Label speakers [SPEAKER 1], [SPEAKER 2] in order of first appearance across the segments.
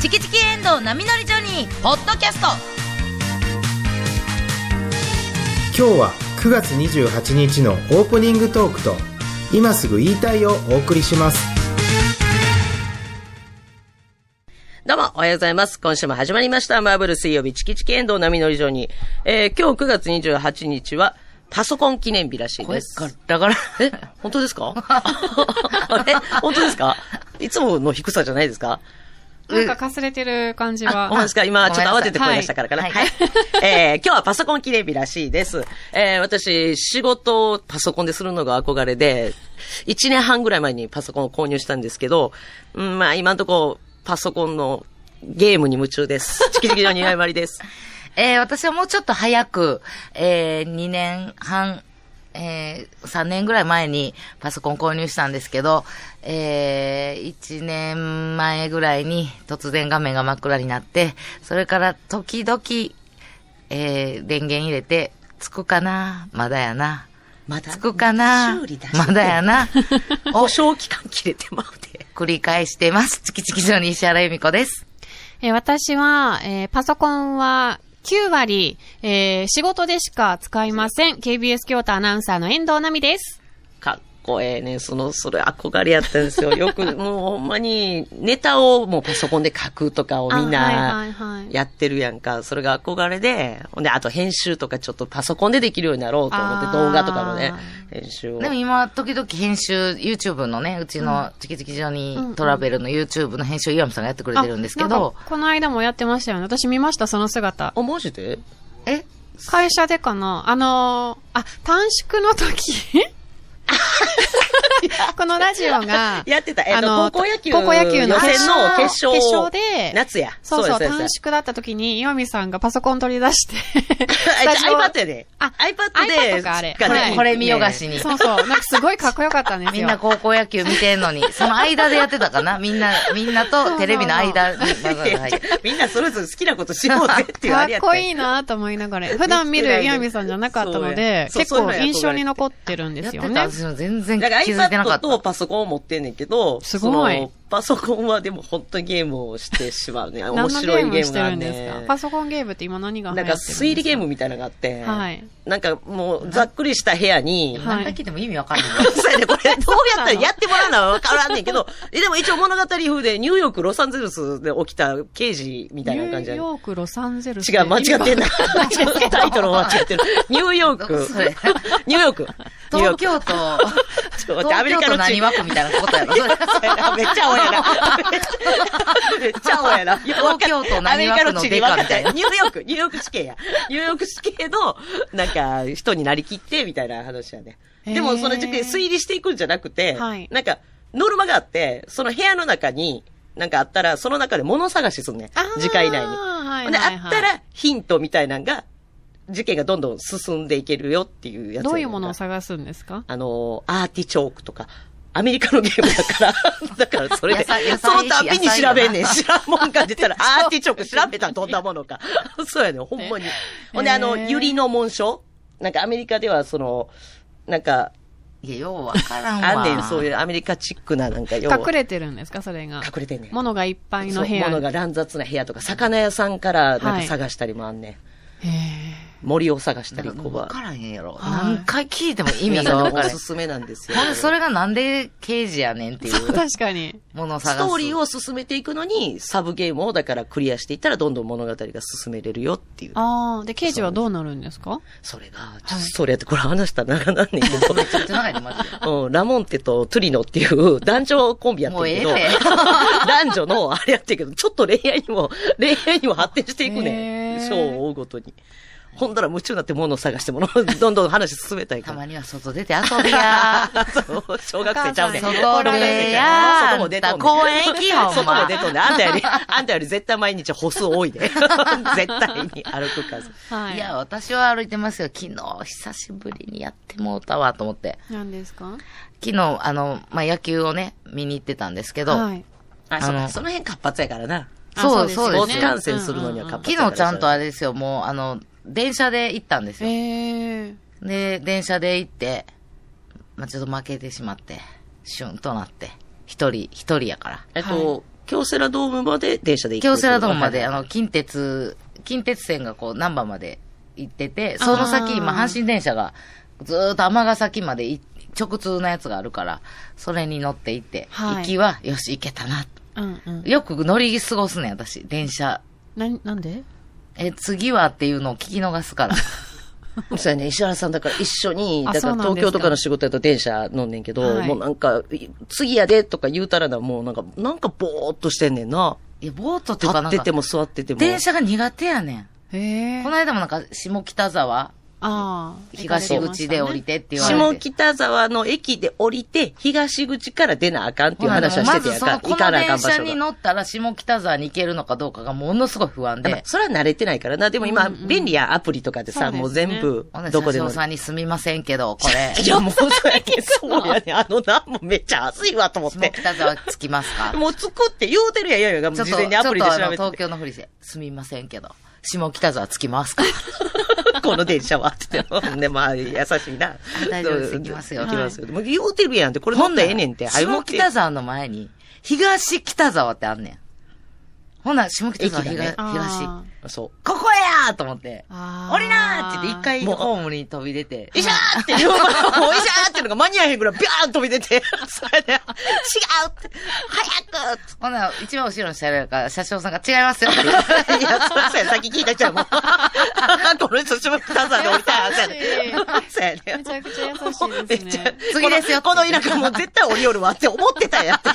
[SPEAKER 1] チキチキエンドウ波乗りジョニー」ポッドキャスト
[SPEAKER 2] 今日は9月28日のオープニングトークと今すぐ言いたいをお送りします
[SPEAKER 3] どうも、おはようございます。今週も始まりました。マーブル水曜日、チキチキエンドウ波乗り場に。えー、今日9月28日は、パソコン記念日らしいです。
[SPEAKER 4] 声ガラガラ。
[SPEAKER 3] え、本当ですか あれ本当ですかいつもの低さじゃないですか
[SPEAKER 5] なんかかすれてる感じ
[SPEAKER 3] あ、
[SPEAKER 5] は。
[SPEAKER 3] 本当ですか今、
[SPEAKER 4] ご
[SPEAKER 3] ちょ
[SPEAKER 4] めん
[SPEAKER 3] っと
[SPEAKER 4] なさい
[SPEAKER 3] 慌てて声出したからかな。は。
[SPEAKER 4] はいい
[SPEAKER 3] えー 今日はパソコン記念日らしいです。えー私、仕事をパソコンでするのが憧れで、1年半ぐらい前にパソコンを購入したんですけど、うん、まあ、今のところ、パソコンのゲームに夢中です。チキチキの似合いま りです。
[SPEAKER 4] えー、私はもうちょっと早く、えー、2年半、えー、3年ぐらい前にパソコン購入したんですけど、えー、1年前ぐらいに突然画面が真っ暗になって、それから時々、えー、電源入れて、つくかなまだやな。
[SPEAKER 3] まだ
[SPEAKER 4] つくかな
[SPEAKER 3] 修理だし
[SPEAKER 4] まだ やな。
[SPEAKER 3] 保証期間切れてまうで。
[SPEAKER 4] 繰り返してます。チキチキ上に石原由美子です。
[SPEAKER 5] えー私は、えーパソコンは9割、えー仕事でしか使いません。KBS 京都アナウンサーの遠藤奈美です。
[SPEAKER 3] かっこええね。その、それ憧れやったん ですよ。よく、もうほんまに、ネタをもうパソコンで書くとかをみん
[SPEAKER 5] あはい
[SPEAKER 3] な
[SPEAKER 5] はいはい、
[SPEAKER 3] やってるやんか。それが憧れで、ほんで、あと編集とかちょっとパソコンでできるようになろうと思って、
[SPEAKER 5] あー
[SPEAKER 3] 動画とかのね、編集を。
[SPEAKER 4] でも今、時々編集、YouTube のね、うちのチキチキ上にトラベルの YouTube の編集を岩見さんがやってくれてるんですけ
[SPEAKER 5] あなん
[SPEAKER 4] ど
[SPEAKER 5] か、この間もやってましたよね。私見ました、その姿。
[SPEAKER 3] あ、マジで
[SPEAKER 4] え
[SPEAKER 5] 会社でかなあのーあ、短縮の時 このラジオが、
[SPEAKER 3] やってた。えっ、
[SPEAKER 5] あ
[SPEAKER 3] と、
[SPEAKER 5] の
[SPEAKER 3] 高校野球。
[SPEAKER 5] 高校野球の
[SPEAKER 3] 予選の
[SPEAKER 5] 決勝
[SPEAKER 3] 決勝。
[SPEAKER 5] 決勝で
[SPEAKER 3] 夏や。
[SPEAKER 5] そうそう、
[SPEAKER 3] です
[SPEAKER 5] 短
[SPEAKER 3] です、
[SPEAKER 5] 縮だった時に、岩見さんがパソコン取り出して
[SPEAKER 3] あ iPad やで。
[SPEAKER 5] あ
[SPEAKER 3] iPad で。
[SPEAKER 5] iPad かあれ
[SPEAKER 3] が
[SPEAKER 4] こ
[SPEAKER 3] ね
[SPEAKER 5] は
[SPEAKER 4] れ、
[SPEAKER 5] い
[SPEAKER 4] これ見よがしに。
[SPEAKER 5] そうそう、なんかすごいかっこよかったんですよ。
[SPEAKER 4] みんな高校野球見てんの に、その間でやってたかなみんな、みんなとテレビの間にわざわざ入って
[SPEAKER 3] みんなそれぞれ好きなことしようぜって いう
[SPEAKER 5] か
[SPEAKER 3] あ
[SPEAKER 5] っ
[SPEAKER 3] れやった
[SPEAKER 5] こい
[SPEAKER 3] い。
[SPEAKER 5] いなと思いながら、普段見る岩見さんじゃなかったので、
[SPEAKER 3] そうや
[SPEAKER 5] 結
[SPEAKER 3] そうそうい
[SPEAKER 5] 構
[SPEAKER 3] うのや
[SPEAKER 5] 印象に残ってるんで
[SPEAKER 4] やっ
[SPEAKER 5] す
[SPEAKER 4] て
[SPEAKER 5] よ
[SPEAKER 4] た
[SPEAKER 5] ね。
[SPEAKER 4] 私も全然気
[SPEAKER 3] だから
[SPEAKER 4] づいてなか
[SPEAKER 3] iPad
[SPEAKER 4] った。
[SPEAKER 3] とパソコンを持ってんねんけど、
[SPEAKER 5] すごい
[SPEAKER 3] そのパソコンはでも本当にゲームをしてしまうね。面
[SPEAKER 5] 何のゲ
[SPEAKER 3] 白
[SPEAKER 5] ー
[SPEAKER 3] いゲ
[SPEAKER 5] ム
[SPEAKER 3] ー
[SPEAKER 5] し
[SPEAKER 3] ム
[SPEAKER 5] て
[SPEAKER 3] が
[SPEAKER 5] るんです
[SPEAKER 3] ね
[SPEAKER 5] か。パソコンゲームって今何が流
[SPEAKER 3] な
[SPEAKER 5] 行
[SPEAKER 3] ん
[SPEAKER 5] っ
[SPEAKER 3] か
[SPEAKER 5] てるんですか
[SPEAKER 3] 推理ゲームみたいなのがあって、
[SPEAKER 5] はい
[SPEAKER 3] なんかもうざっくりした部屋に、
[SPEAKER 5] はい
[SPEAKER 4] 何回聞いても意味わかんない。
[SPEAKER 3] そうやね、 これ、どうやったらやってもらうのはわからんねんけど、え、でも一応物語風で、ニューヨーク、ロサンゼルスで起きた刑事みたいな感じ
[SPEAKER 5] ニュ
[SPEAKER 3] やね
[SPEAKER 5] ーヨーク、ロサンゼルス。
[SPEAKER 3] 違う、間違ってん な。ちょっとタイトルを間違ってる。ニューヨー
[SPEAKER 4] ど
[SPEAKER 3] ク
[SPEAKER 4] こそれ。
[SPEAKER 3] ニューヨーク。ニューヨ
[SPEAKER 4] 東
[SPEAKER 3] ーク
[SPEAKER 4] 京都、
[SPEAKER 3] ちょっと待って、
[SPEAKER 4] 東
[SPEAKER 3] アメリ
[SPEAKER 4] 京
[SPEAKER 3] カ
[SPEAKER 4] 都
[SPEAKER 3] の
[SPEAKER 4] 何
[SPEAKER 3] 地
[SPEAKER 4] 枠みたいなことやろそれ
[SPEAKER 3] めっちゃ青やな。めっちゃ青やな。
[SPEAKER 4] 東京都何枠のデカみたいな
[SPEAKER 3] アメリカの地理分かったニューヨーク、ニューヨーク市警や。ニューヨーク市警の、なんか、人になりきって、みたいな話やね。で
[SPEAKER 5] へ
[SPEAKER 3] も、
[SPEAKER 5] ー
[SPEAKER 3] その時期推理していくんじゃなくて
[SPEAKER 5] はい、
[SPEAKER 3] なんか、ノルマがあって、その部屋の中に、なんかあったら、その中で物探しすんね
[SPEAKER 5] あー。
[SPEAKER 3] 時間以内に。
[SPEAKER 5] はい
[SPEAKER 3] で、
[SPEAKER 5] は
[SPEAKER 3] あ
[SPEAKER 5] いはい
[SPEAKER 3] ったら、ヒントみたいなのが、事件がどんどん進んでいけるよっていうやつやねんか。
[SPEAKER 5] どういうものを探すんですか
[SPEAKER 3] あのー、アーティチョークとか、アメリカのゲームだ から、だからそれで、
[SPEAKER 4] 野菜野菜
[SPEAKER 3] そのたびに調べんねん。
[SPEAKER 4] 野
[SPEAKER 3] 知らんもんが出た ら、アーティチョーク調べたらどんなものか。そうやねん、ほんまに。ほんで、あの、
[SPEAKER 5] へー
[SPEAKER 3] ユリの紋章なんかアメリカではその、なんか、
[SPEAKER 4] いや、ようわからんわ。
[SPEAKER 3] あんねん、そういうアメリカチックななんか、要は
[SPEAKER 5] 隠れてるんですかそれが。
[SPEAKER 3] 隠れてんねん。
[SPEAKER 5] 物がいっぱいの部
[SPEAKER 3] そう
[SPEAKER 5] 屋
[SPEAKER 3] 物
[SPEAKER 5] に。
[SPEAKER 3] が乱雑な部屋とか、魚屋さんからなん
[SPEAKER 5] は
[SPEAKER 3] か
[SPEAKER 5] い
[SPEAKER 3] 探したりもあんねん。
[SPEAKER 5] へー
[SPEAKER 3] 森を探し
[SPEAKER 4] だ
[SPEAKER 3] た
[SPEAKER 4] か
[SPEAKER 3] り、
[SPEAKER 4] らも
[SPEAKER 3] こ
[SPEAKER 4] う
[SPEAKER 3] う
[SPEAKER 4] 分
[SPEAKER 3] は。
[SPEAKER 4] からへんやろ。
[SPEAKER 5] はい
[SPEAKER 4] 何回聞いても意
[SPEAKER 3] 皆
[SPEAKER 4] 味が
[SPEAKER 3] さん
[SPEAKER 4] 分
[SPEAKER 3] に
[SPEAKER 4] か
[SPEAKER 3] もお
[SPEAKER 4] れへん。
[SPEAKER 3] すすめなんですよ。
[SPEAKER 4] ほんで、それがなんで刑事やねんっていう
[SPEAKER 5] 確かに。
[SPEAKER 4] ものを探
[SPEAKER 3] ス
[SPEAKER 4] す。
[SPEAKER 3] トーリーを進めていくのに、サブゲームをだからクリアしていったらどんどん物語が進めれるよっていう。
[SPEAKER 5] ああ、で、刑事はどうなるんですか
[SPEAKER 3] それが、ちょっとそれやってこれ話したら長なんねんけど。
[SPEAKER 4] めちゃくちゃ長いね、マジで。
[SPEAKER 3] うん、ラモンテとトゥリノっていう男女コンビやってるけど、
[SPEAKER 4] もうええ
[SPEAKER 3] 男女のあれやってるけど、ちょっと恋愛にも、 恋愛にも発展していくね
[SPEAKER 5] へ
[SPEAKER 3] ん。
[SPEAKER 5] ー
[SPEAKER 3] 賞を追うごとに。ほんだら夢中になって物を探して物をどんどん話進めたいか
[SPEAKER 4] た
[SPEAKER 3] ら。
[SPEAKER 4] まには外出て遊びや。
[SPEAKER 3] そう小学生ちゃうねん。
[SPEAKER 4] 外でや
[SPEAKER 3] 外も出とんねん
[SPEAKER 4] 公園行きよ、ほん
[SPEAKER 3] 外
[SPEAKER 4] ま
[SPEAKER 3] も出とんねん。あんたより、あんたより絶対毎日 歩数多いで。絶対に歩く数。
[SPEAKER 5] はい。
[SPEAKER 4] いや、私は歩いてますよ。昨日、久しぶりにやってもうたわ、と思って。
[SPEAKER 5] 何ですか
[SPEAKER 4] 昨日、あの、まあ、野球をね、見に行ってたんですけど、
[SPEAKER 5] はい。
[SPEAKER 3] あ、
[SPEAKER 4] あの
[SPEAKER 3] そその辺活発やからな。
[SPEAKER 5] あ
[SPEAKER 4] そう
[SPEAKER 3] ス
[SPEAKER 4] そう
[SPEAKER 3] ポ
[SPEAKER 4] ですね
[SPEAKER 3] ーツ観戦するのには活発
[SPEAKER 4] 昨
[SPEAKER 3] やから
[SPEAKER 4] 日ちゃんとあれですよ、もう、あの、電車で行ったんですよ。
[SPEAKER 5] ええ。
[SPEAKER 4] で、電車で行って、まあ、ちょっと負けてしまって、シュンとなって、一人、一人やから。
[SPEAKER 3] えっと、京セラドームまで電車で行く。
[SPEAKER 4] 京セラドームまで、
[SPEAKER 3] はい
[SPEAKER 4] あの、近鉄、近鉄線がこう、難波まで行ってて、その先、今、阪神電車が、ずーっと尼崎までい直通のやつがあるから、それに乗って行って、
[SPEAKER 5] はい
[SPEAKER 4] 行きは、よし、行けたな。
[SPEAKER 5] うんうん。
[SPEAKER 4] よく乗り過ごすねん、私、電車。
[SPEAKER 5] な、なんで
[SPEAKER 4] え、次はっていうのを聞き逃す から。
[SPEAKER 3] そうやね、石原さんだから一緒に、
[SPEAKER 5] あ
[SPEAKER 3] だから
[SPEAKER 5] そうな
[SPEAKER 3] 東
[SPEAKER 5] んです
[SPEAKER 3] 京
[SPEAKER 5] か
[SPEAKER 3] とかの仕事やと電車乗んねんけど、
[SPEAKER 5] はい
[SPEAKER 3] もうなんか、い次やでとか言うたらな、もうなんか、なんかぼーっとしてんねんな。
[SPEAKER 4] いや、ボートと
[SPEAKER 3] 立
[SPEAKER 4] かなん
[SPEAKER 3] って
[SPEAKER 4] か、
[SPEAKER 3] ても座ってても。
[SPEAKER 4] 電車が苦手やねん。
[SPEAKER 5] へえ。
[SPEAKER 4] この間もなんか、下北沢、
[SPEAKER 5] ああ。
[SPEAKER 4] 東口で降りてって言われて。
[SPEAKER 3] 下北沢の駅で降りて、東口から出なあかんっていう話はしててやん
[SPEAKER 4] まずそ
[SPEAKER 3] か
[SPEAKER 4] の、
[SPEAKER 3] 行
[SPEAKER 4] この
[SPEAKER 3] かなあ
[SPEAKER 4] 電
[SPEAKER 3] かん場
[SPEAKER 4] 車
[SPEAKER 3] 所
[SPEAKER 4] に
[SPEAKER 3] が。
[SPEAKER 4] 乗ったら下北沢に行けるのかどうかがものすごい不安
[SPEAKER 3] やっぱ
[SPEAKER 4] で、
[SPEAKER 3] それは慣れてないからな。でも今、便利やアプリとかでさ、
[SPEAKER 5] そうですね
[SPEAKER 3] もう全部
[SPEAKER 4] ほん、で
[SPEAKER 3] どこで
[SPEAKER 4] 車
[SPEAKER 3] も
[SPEAKER 4] 掌。さんにすみませんけど、こ れ、
[SPEAKER 3] いや、もうそうやけど、そうやね。あのな、もうめっちゃ暑いわと思って
[SPEAKER 4] 下。北沢着きますか
[SPEAKER 3] もう着くって言うてるやん、いやいや、も
[SPEAKER 4] ちょ
[SPEAKER 3] う
[SPEAKER 4] っ
[SPEAKER 3] 事
[SPEAKER 4] と、
[SPEAKER 3] 前にア
[SPEAKER 4] ちょ
[SPEAKER 3] プ
[SPEAKER 4] っ
[SPEAKER 3] リで
[SPEAKER 4] と
[SPEAKER 3] 調
[SPEAKER 4] あの、
[SPEAKER 3] べて
[SPEAKER 4] 東京のふりして、すみませんけど、下北沢着きますか
[SPEAKER 3] て。 この電車はって言っても。で、まあ、優しいな。
[SPEAKER 4] 大丈夫です行きますよ
[SPEAKER 3] 行きますよ。もう言うてるやんって、これ乗ったらええねんって。早
[SPEAKER 4] 下
[SPEAKER 3] く来て
[SPEAKER 4] 北沢の前に、東北沢ってあんねん。ほんなら下北沢、
[SPEAKER 3] 駅だ
[SPEAKER 4] 東、
[SPEAKER 3] ね
[SPEAKER 4] 東。
[SPEAKER 5] あ
[SPEAKER 3] そう。
[SPEAKER 4] ここやーと思って、
[SPEAKER 5] あー
[SPEAKER 4] 降りなーって言って、一回ホームに飛び出て、
[SPEAKER 3] いしゃーって言う から、もういしゃーっていうのが間に合えへんぐらい、ビャーン飛び出て、それで、違うって、早くっ
[SPEAKER 4] ほんなら、一番後ろの車両やから、車掌さんが違いますよって言って。
[SPEAKER 3] て。いや、そうそうや、さっき聞いた人はも う、この人、下北沢で降りたい、そうやね。そうやね
[SPEAKER 5] ーめちゃくちゃ優しいですね。
[SPEAKER 4] 次ですよ
[SPEAKER 3] このこの田舎もう絶対降りよるわって思ってたん やって。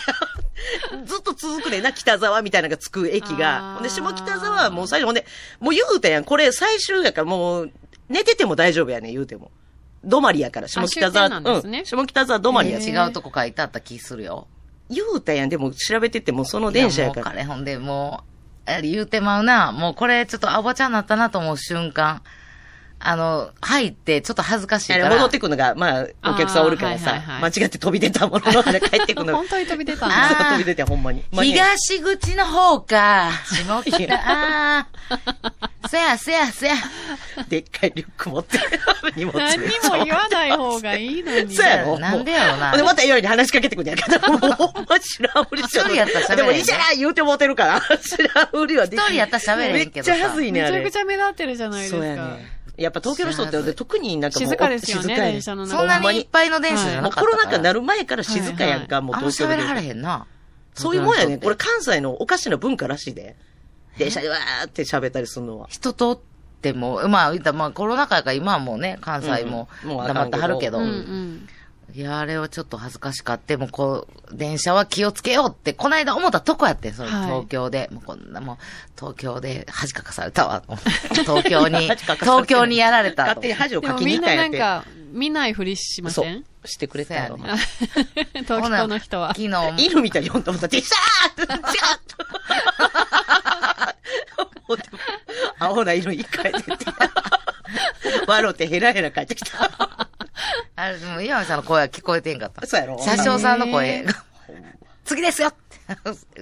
[SPEAKER 3] ずっと続くねんな、北沢みたいなのがつく駅
[SPEAKER 5] あ
[SPEAKER 3] が。
[SPEAKER 5] ー
[SPEAKER 3] ほんで、下北沢はもう最初、ほんで、もう言うたやん、これ最終やからもう、寝てても大丈夫やねん、言うても。止まりやから、下北沢、
[SPEAKER 5] 終点なんですね
[SPEAKER 3] うん、下北沢止まりやし。
[SPEAKER 4] 違うとこ書いてあった気するよ。
[SPEAKER 3] 言うたやん、でも調べててもその電車や
[SPEAKER 4] いもう
[SPEAKER 3] から。
[SPEAKER 4] 彼ほんで、もう、え言うてまうな。もうこれちょっとアボちゃんになったなと思う瞬間。あの、入ってちょっと恥ずかしい
[SPEAKER 3] あ
[SPEAKER 4] か
[SPEAKER 3] れ
[SPEAKER 4] ら。
[SPEAKER 3] 戻ってくのが、まあ、お客さんおるから
[SPEAKER 5] あーは
[SPEAKER 3] さ
[SPEAKER 5] いはい、は
[SPEAKER 3] 間
[SPEAKER 5] い
[SPEAKER 3] 違って飛び出たものの、あれ帰ってくのが
[SPEAKER 5] 本。当に飛び出たん
[SPEAKER 4] あ
[SPEAKER 5] だ。
[SPEAKER 4] ー
[SPEAKER 3] 飛び出てほんまに。間に合えへん
[SPEAKER 4] 東口の方か。下
[SPEAKER 3] い
[SPEAKER 4] 北、
[SPEAKER 3] や
[SPEAKER 4] ああ。せやせやせや。
[SPEAKER 3] でっかいリュック持って、荷 物。
[SPEAKER 5] 何も言わない方がいいの に。
[SPEAKER 3] そうやろ
[SPEAKER 4] なんでやろな
[SPEAKER 3] ほんで、またより話しかけてくんやけど、もうほんま知らんふりしちゃ
[SPEAKER 4] 一人やったら喋れへん
[SPEAKER 3] でも、いしゃー言うてもうてるから、知らんふりはでき
[SPEAKER 4] 一人やったら喋れへんけどさ
[SPEAKER 3] めっちゃはずいね、
[SPEAKER 5] め
[SPEAKER 3] あ
[SPEAKER 5] ち
[SPEAKER 3] れ。
[SPEAKER 5] ゃくちゃ目立ってるじゃないです
[SPEAKER 3] そうや
[SPEAKER 5] か
[SPEAKER 3] ね。。やっぱ東京の人って、特になんかもう、
[SPEAKER 5] 静かですよ
[SPEAKER 3] 静
[SPEAKER 5] ね、
[SPEAKER 3] かや
[SPEAKER 5] 電車の中。
[SPEAKER 4] そんな
[SPEAKER 3] ほんま
[SPEAKER 4] に
[SPEAKER 3] に
[SPEAKER 4] いっぱいの電車じゃ
[SPEAKER 3] も
[SPEAKER 4] な
[SPEAKER 3] う
[SPEAKER 4] か
[SPEAKER 3] コ
[SPEAKER 4] ったから。
[SPEAKER 3] ロナ禍になる前から静かやんか、もう
[SPEAKER 4] あんま
[SPEAKER 3] 東京
[SPEAKER 4] 喋ら。
[SPEAKER 3] で
[SPEAKER 4] はれへんな。
[SPEAKER 3] そういうもんやねん。こ
[SPEAKER 4] れ。
[SPEAKER 3] れ関西のおかしな文化らしいで。電車でわーって喋ったりするのは。
[SPEAKER 4] 人とっても、まあ言ったら、まあコロナ禍やから今はもうね、関西も
[SPEAKER 3] うんもうあかんけど
[SPEAKER 4] 黙ってはるけど。
[SPEAKER 5] うんうん。
[SPEAKER 4] いや、あれはちょっと恥ずかしかって、もうこう、電車は気をつけようって、こないだ思ったとこやってん、その
[SPEAKER 5] はい
[SPEAKER 4] 東京で。もうこんなもう、東京で恥かかされたわ。 東京に、
[SPEAKER 3] 恥かかされてない
[SPEAKER 4] 東京にやられた
[SPEAKER 3] 勝
[SPEAKER 4] と
[SPEAKER 3] 手。に恥を
[SPEAKER 5] で
[SPEAKER 3] か
[SPEAKER 5] も
[SPEAKER 3] きに行
[SPEAKER 5] みん
[SPEAKER 3] った
[SPEAKER 5] なん
[SPEAKER 3] や
[SPEAKER 5] な
[SPEAKER 3] っ
[SPEAKER 5] ん
[SPEAKER 3] て。
[SPEAKER 5] か、見ないふりしま
[SPEAKER 3] そ
[SPEAKER 5] せ。
[SPEAKER 3] うんしてくれたよ
[SPEAKER 4] そう。 や
[SPEAKER 5] あ東京の人は
[SPEAKER 4] 昨。日も、
[SPEAKER 3] 犬みたいに呼んだもんだって、シャーって、シャーって。もうでも 青な犬一回出て。 笑ってヘラヘラ帰ってきた。
[SPEAKER 4] あれ、でも岩見さんの声は聞こえてんかった。
[SPEAKER 3] そうやろ
[SPEAKER 4] 車掌さんの
[SPEAKER 5] へ
[SPEAKER 4] 声が、 次ですよって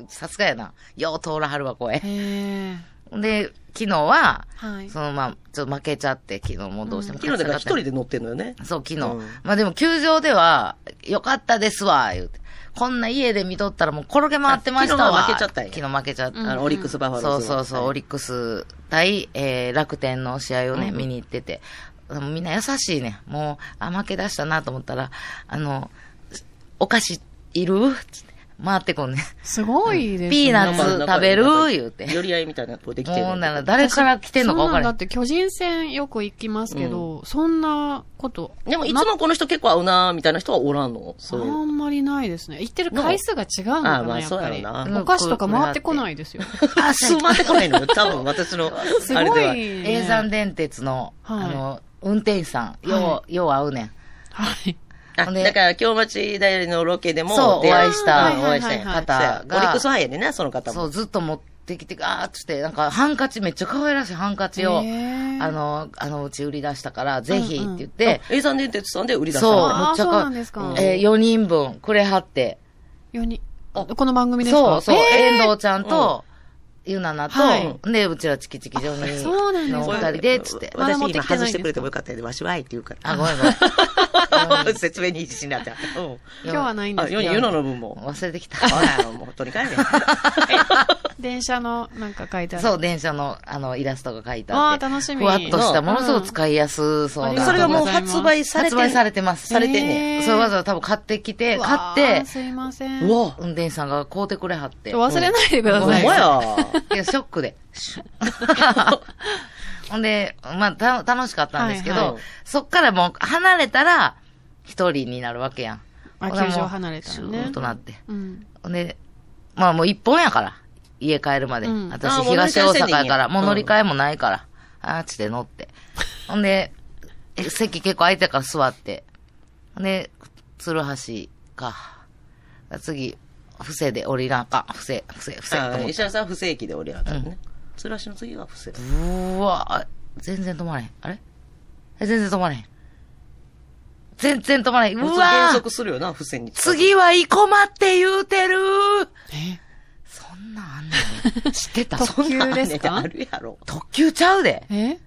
[SPEAKER 4] さすがやな。よう通らはるわ、声。
[SPEAKER 5] へえ。
[SPEAKER 4] で、昨日は、
[SPEAKER 5] はい
[SPEAKER 4] そ。のまま、ちょっと負けちゃって、昨日もどうしても
[SPEAKER 3] 昨日
[SPEAKER 4] 勝て
[SPEAKER 3] だから一
[SPEAKER 4] なかった
[SPEAKER 3] 人で乗ってんのよね。
[SPEAKER 4] そう、昨日。
[SPEAKER 3] うん
[SPEAKER 4] まあでも、球場では、よかったですわ、言うて。こんな家で見とったらもう転げ回ってましたわ。
[SPEAKER 3] あ昨日は負けちゃったんや
[SPEAKER 4] 昨日負けちゃった。
[SPEAKER 3] あの、オリックスバファ
[SPEAKER 4] そ
[SPEAKER 3] ロー
[SPEAKER 4] う
[SPEAKER 3] ズ
[SPEAKER 4] そうそう、オ
[SPEAKER 3] リ
[SPEAKER 4] リックス対、えー、楽天の試合をね、
[SPEAKER 3] うん
[SPEAKER 4] 見に行ってて。もうみんな優しいね。もう、あ、負け出したなと思ったら、あの、お菓子いるつって回ってこんね。
[SPEAKER 5] すごいですね。
[SPEAKER 4] ピーナッツ食べる言うて。
[SPEAKER 3] 寄り合いみたいなとこできてん
[SPEAKER 4] もうなら
[SPEAKER 3] の
[SPEAKER 4] 誰から来てんのか分
[SPEAKER 5] そう
[SPEAKER 4] か
[SPEAKER 5] なんだ
[SPEAKER 4] ら
[SPEAKER 5] っ
[SPEAKER 4] ん。
[SPEAKER 5] て巨人戦よく行きますけど、そんなこと。
[SPEAKER 3] でもいつもこの人結構合うなーみたいな人はおらんの。
[SPEAKER 5] あ
[SPEAKER 3] そういう。
[SPEAKER 5] んまりないですね。行ってる回数が違うのか
[SPEAKER 3] ああま
[SPEAKER 5] な、
[SPEAKER 3] あ
[SPEAKER 5] やっぱり。
[SPEAKER 3] そうやろ
[SPEAKER 4] な
[SPEAKER 5] お菓子とか回ってこないですよ。
[SPEAKER 3] あ、 すまってこないのよ。多分私 の、
[SPEAKER 5] す
[SPEAKER 3] あれ
[SPEAKER 5] ご
[SPEAKER 3] で
[SPEAKER 5] い
[SPEAKER 3] は。
[SPEAKER 5] ね。
[SPEAKER 4] 永山電鉄の、
[SPEAKER 5] はい
[SPEAKER 4] あの、運転手さん、よう、よう会うねん。
[SPEAKER 5] はい。
[SPEAKER 3] あ、
[SPEAKER 4] ほんで
[SPEAKER 3] だから、京町大のロケでも、
[SPEAKER 4] そう
[SPEAKER 3] 出
[SPEAKER 4] お会いした
[SPEAKER 3] うんお会いしたんや
[SPEAKER 5] はいはいはいはい
[SPEAKER 3] そうや
[SPEAKER 4] 方が
[SPEAKER 3] オリックスファンやねんな、その方
[SPEAKER 4] そ
[SPEAKER 3] も。
[SPEAKER 4] う、ずっと持ってきて、あーっつって、なんか、ハンカチ、めっちゃ可愛らしいハンカチを、
[SPEAKER 5] へー
[SPEAKER 4] あの、あのうち売り出したから、ぜひ、って
[SPEAKER 5] うんうん
[SPEAKER 4] 言って、
[SPEAKER 3] A さん電鉄さんで売り出した
[SPEAKER 4] そう、
[SPEAKER 3] の
[SPEAKER 5] あ
[SPEAKER 4] めっちゃ
[SPEAKER 5] そう
[SPEAKER 4] 可
[SPEAKER 5] なんですか
[SPEAKER 4] 愛い。え4人分くれはって。
[SPEAKER 5] 4人。この番組です
[SPEAKER 4] そ
[SPEAKER 5] か
[SPEAKER 4] う、そう、
[SPEAKER 5] えー
[SPEAKER 4] 遠藤ちゃんと、ゆなな
[SPEAKER 5] は
[SPEAKER 4] と、で、うちらチキチキジョニ
[SPEAKER 5] そうなん
[SPEAKER 4] ー
[SPEAKER 5] です
[SPEAKER 4] のお
[SPEAKER 5] か
[SPEAKER 4] 二人で、つって。
[SPEAKER 5] まだ
[SPEAKER 3] 私
[SPEAKER 5] 持って
[SPEAKER 3] 今
[SPEAKER 5] きてないん
[SPEAKER 3] 外
[SPEAKER 5] ですか
[SPEAKER 3] してくれてもよかったんで、わしはいって言うから。
[SPEAKER 4] あ、ごめんごめん。
[SPEAKER 3] 説明に自信になってた。うん。
[SPEAKER 5] 今日はないんで
[SPEAKER 3] あ、
[SPEAKER 5] す
[SPEAKER 3] 世
[SPEAKER 5] け
[SPEAKER 3] に
[SPEAKER 5] ど、
[SPEAKER 3] 言うのの分も。
[SPEAKER 4] 忘れてき た。
[SPEAKER 3] あら、もう取り替えね。
[SPEAKER 5] 電車のなんか書いてある。
[SPEAKER 4] そう、電車の、あの、イラストが書いて
[SPEAKER 5] わ
[SPEAKER 4] あ
[SPEAKER 5] あ
[SPEAKER 4] って。
[SPEAKER 5] 楽しみ
[SPEAKER 4] ふわっとした、ものすごく使いやすそう
[SPEAKER 5] うん
[SPEAKER 4] な。
[SPEAKER 3] それがもう発売されて
[SPEAKER 4] 発売されてます。
[SPEAKER 3] されてんね
[SPEAKER 5] へー
[SPEAKER 4] それわざわざ多分買ってきて、買っ
[SPEAKER 5] わ
[SPEAKER 4] て
[SPEAKER 5] あ、すいません。
[SPEAKER 3] うわ、
[SPEAKER 4] 運転手さんが買うてくれはって。
[SPEAKER 5] 忘れないでくだ
[SPEAKER 3] ほん
[SPEAKER 5] さ
[SPEAKER 3] ま
[SPEAKER 5] い。
[SPEAKER 3] や。
[SPEAKER 4] いや、ショックで。 ほんで、まあ、た楽しかったんですけど、
[SPEAKER 5] はい
[SPEAKER 3] はい
[SPEAKER 4] そっからもう離れたら、一人になるわけやん。
[SPEAKER 5] あ
[SPEAKER 4] ほんでもう
[SPEAKER 5] 球場離れたら
[SPEAKER 4] シュ
[SPEAKER 5] ね
[SPEAKER 4] ーッとなって。
[SPEAKER 5] うん。
[SPEAKER 4] ほんで、まあもう一本やから。家帰るまで。
[SPEAKER 5] うん
[SPEAKER 4] 私
[SPEAKER 3] あーもう
[SPEAKER 4] 東大阪やから、も
[SPEAKER 3] も
[SPEAKER 4] う
[SPEAKER 3] う
[SPEAKER 4] 乗
[SPEAKER 3] 乗
[SPEAKER 4] り
[SPEAKER 3] り
[SPEAKER 4] 換えもないから。あーちで乗って。ほんで、え席結構空いてたから座って。ほんで、鶴橋か。次、伏せで降りなあかん。伏せ、伏せ、伏せと思
[SPEAKER 3] あ
[SPEAKER 4] って。
[SPEAKER 3] 石原さんは不正規で降りられたのね。つらしの次は不正。
[SPEAKER 4] うわ全然止まれへん。あれえ全然止まれへん。全然止まれへん。う
[SPEAKER 3] 普通
[SPEAKER 4] わ
[SPEAKER 3] 減速するよな、不正に。
[SPEAKER 4] 次は生駒って言うてる
[SPEAKER 5] え
[SPEAKER 4] そんなんあんの知ってたそ
[SPEAKER 5] 特
[SPEAKER 4] ん
[SPEAKER 5] 急
[SPEAKER 4] なん
[SPEAKER 5] です
[SPEAKER 3] あ
[SPEAKER 5] か
[SPEAKER 3] るやろ。
[SPEAKER 4] 特急ちゃうで。
[SPEAKER 5] え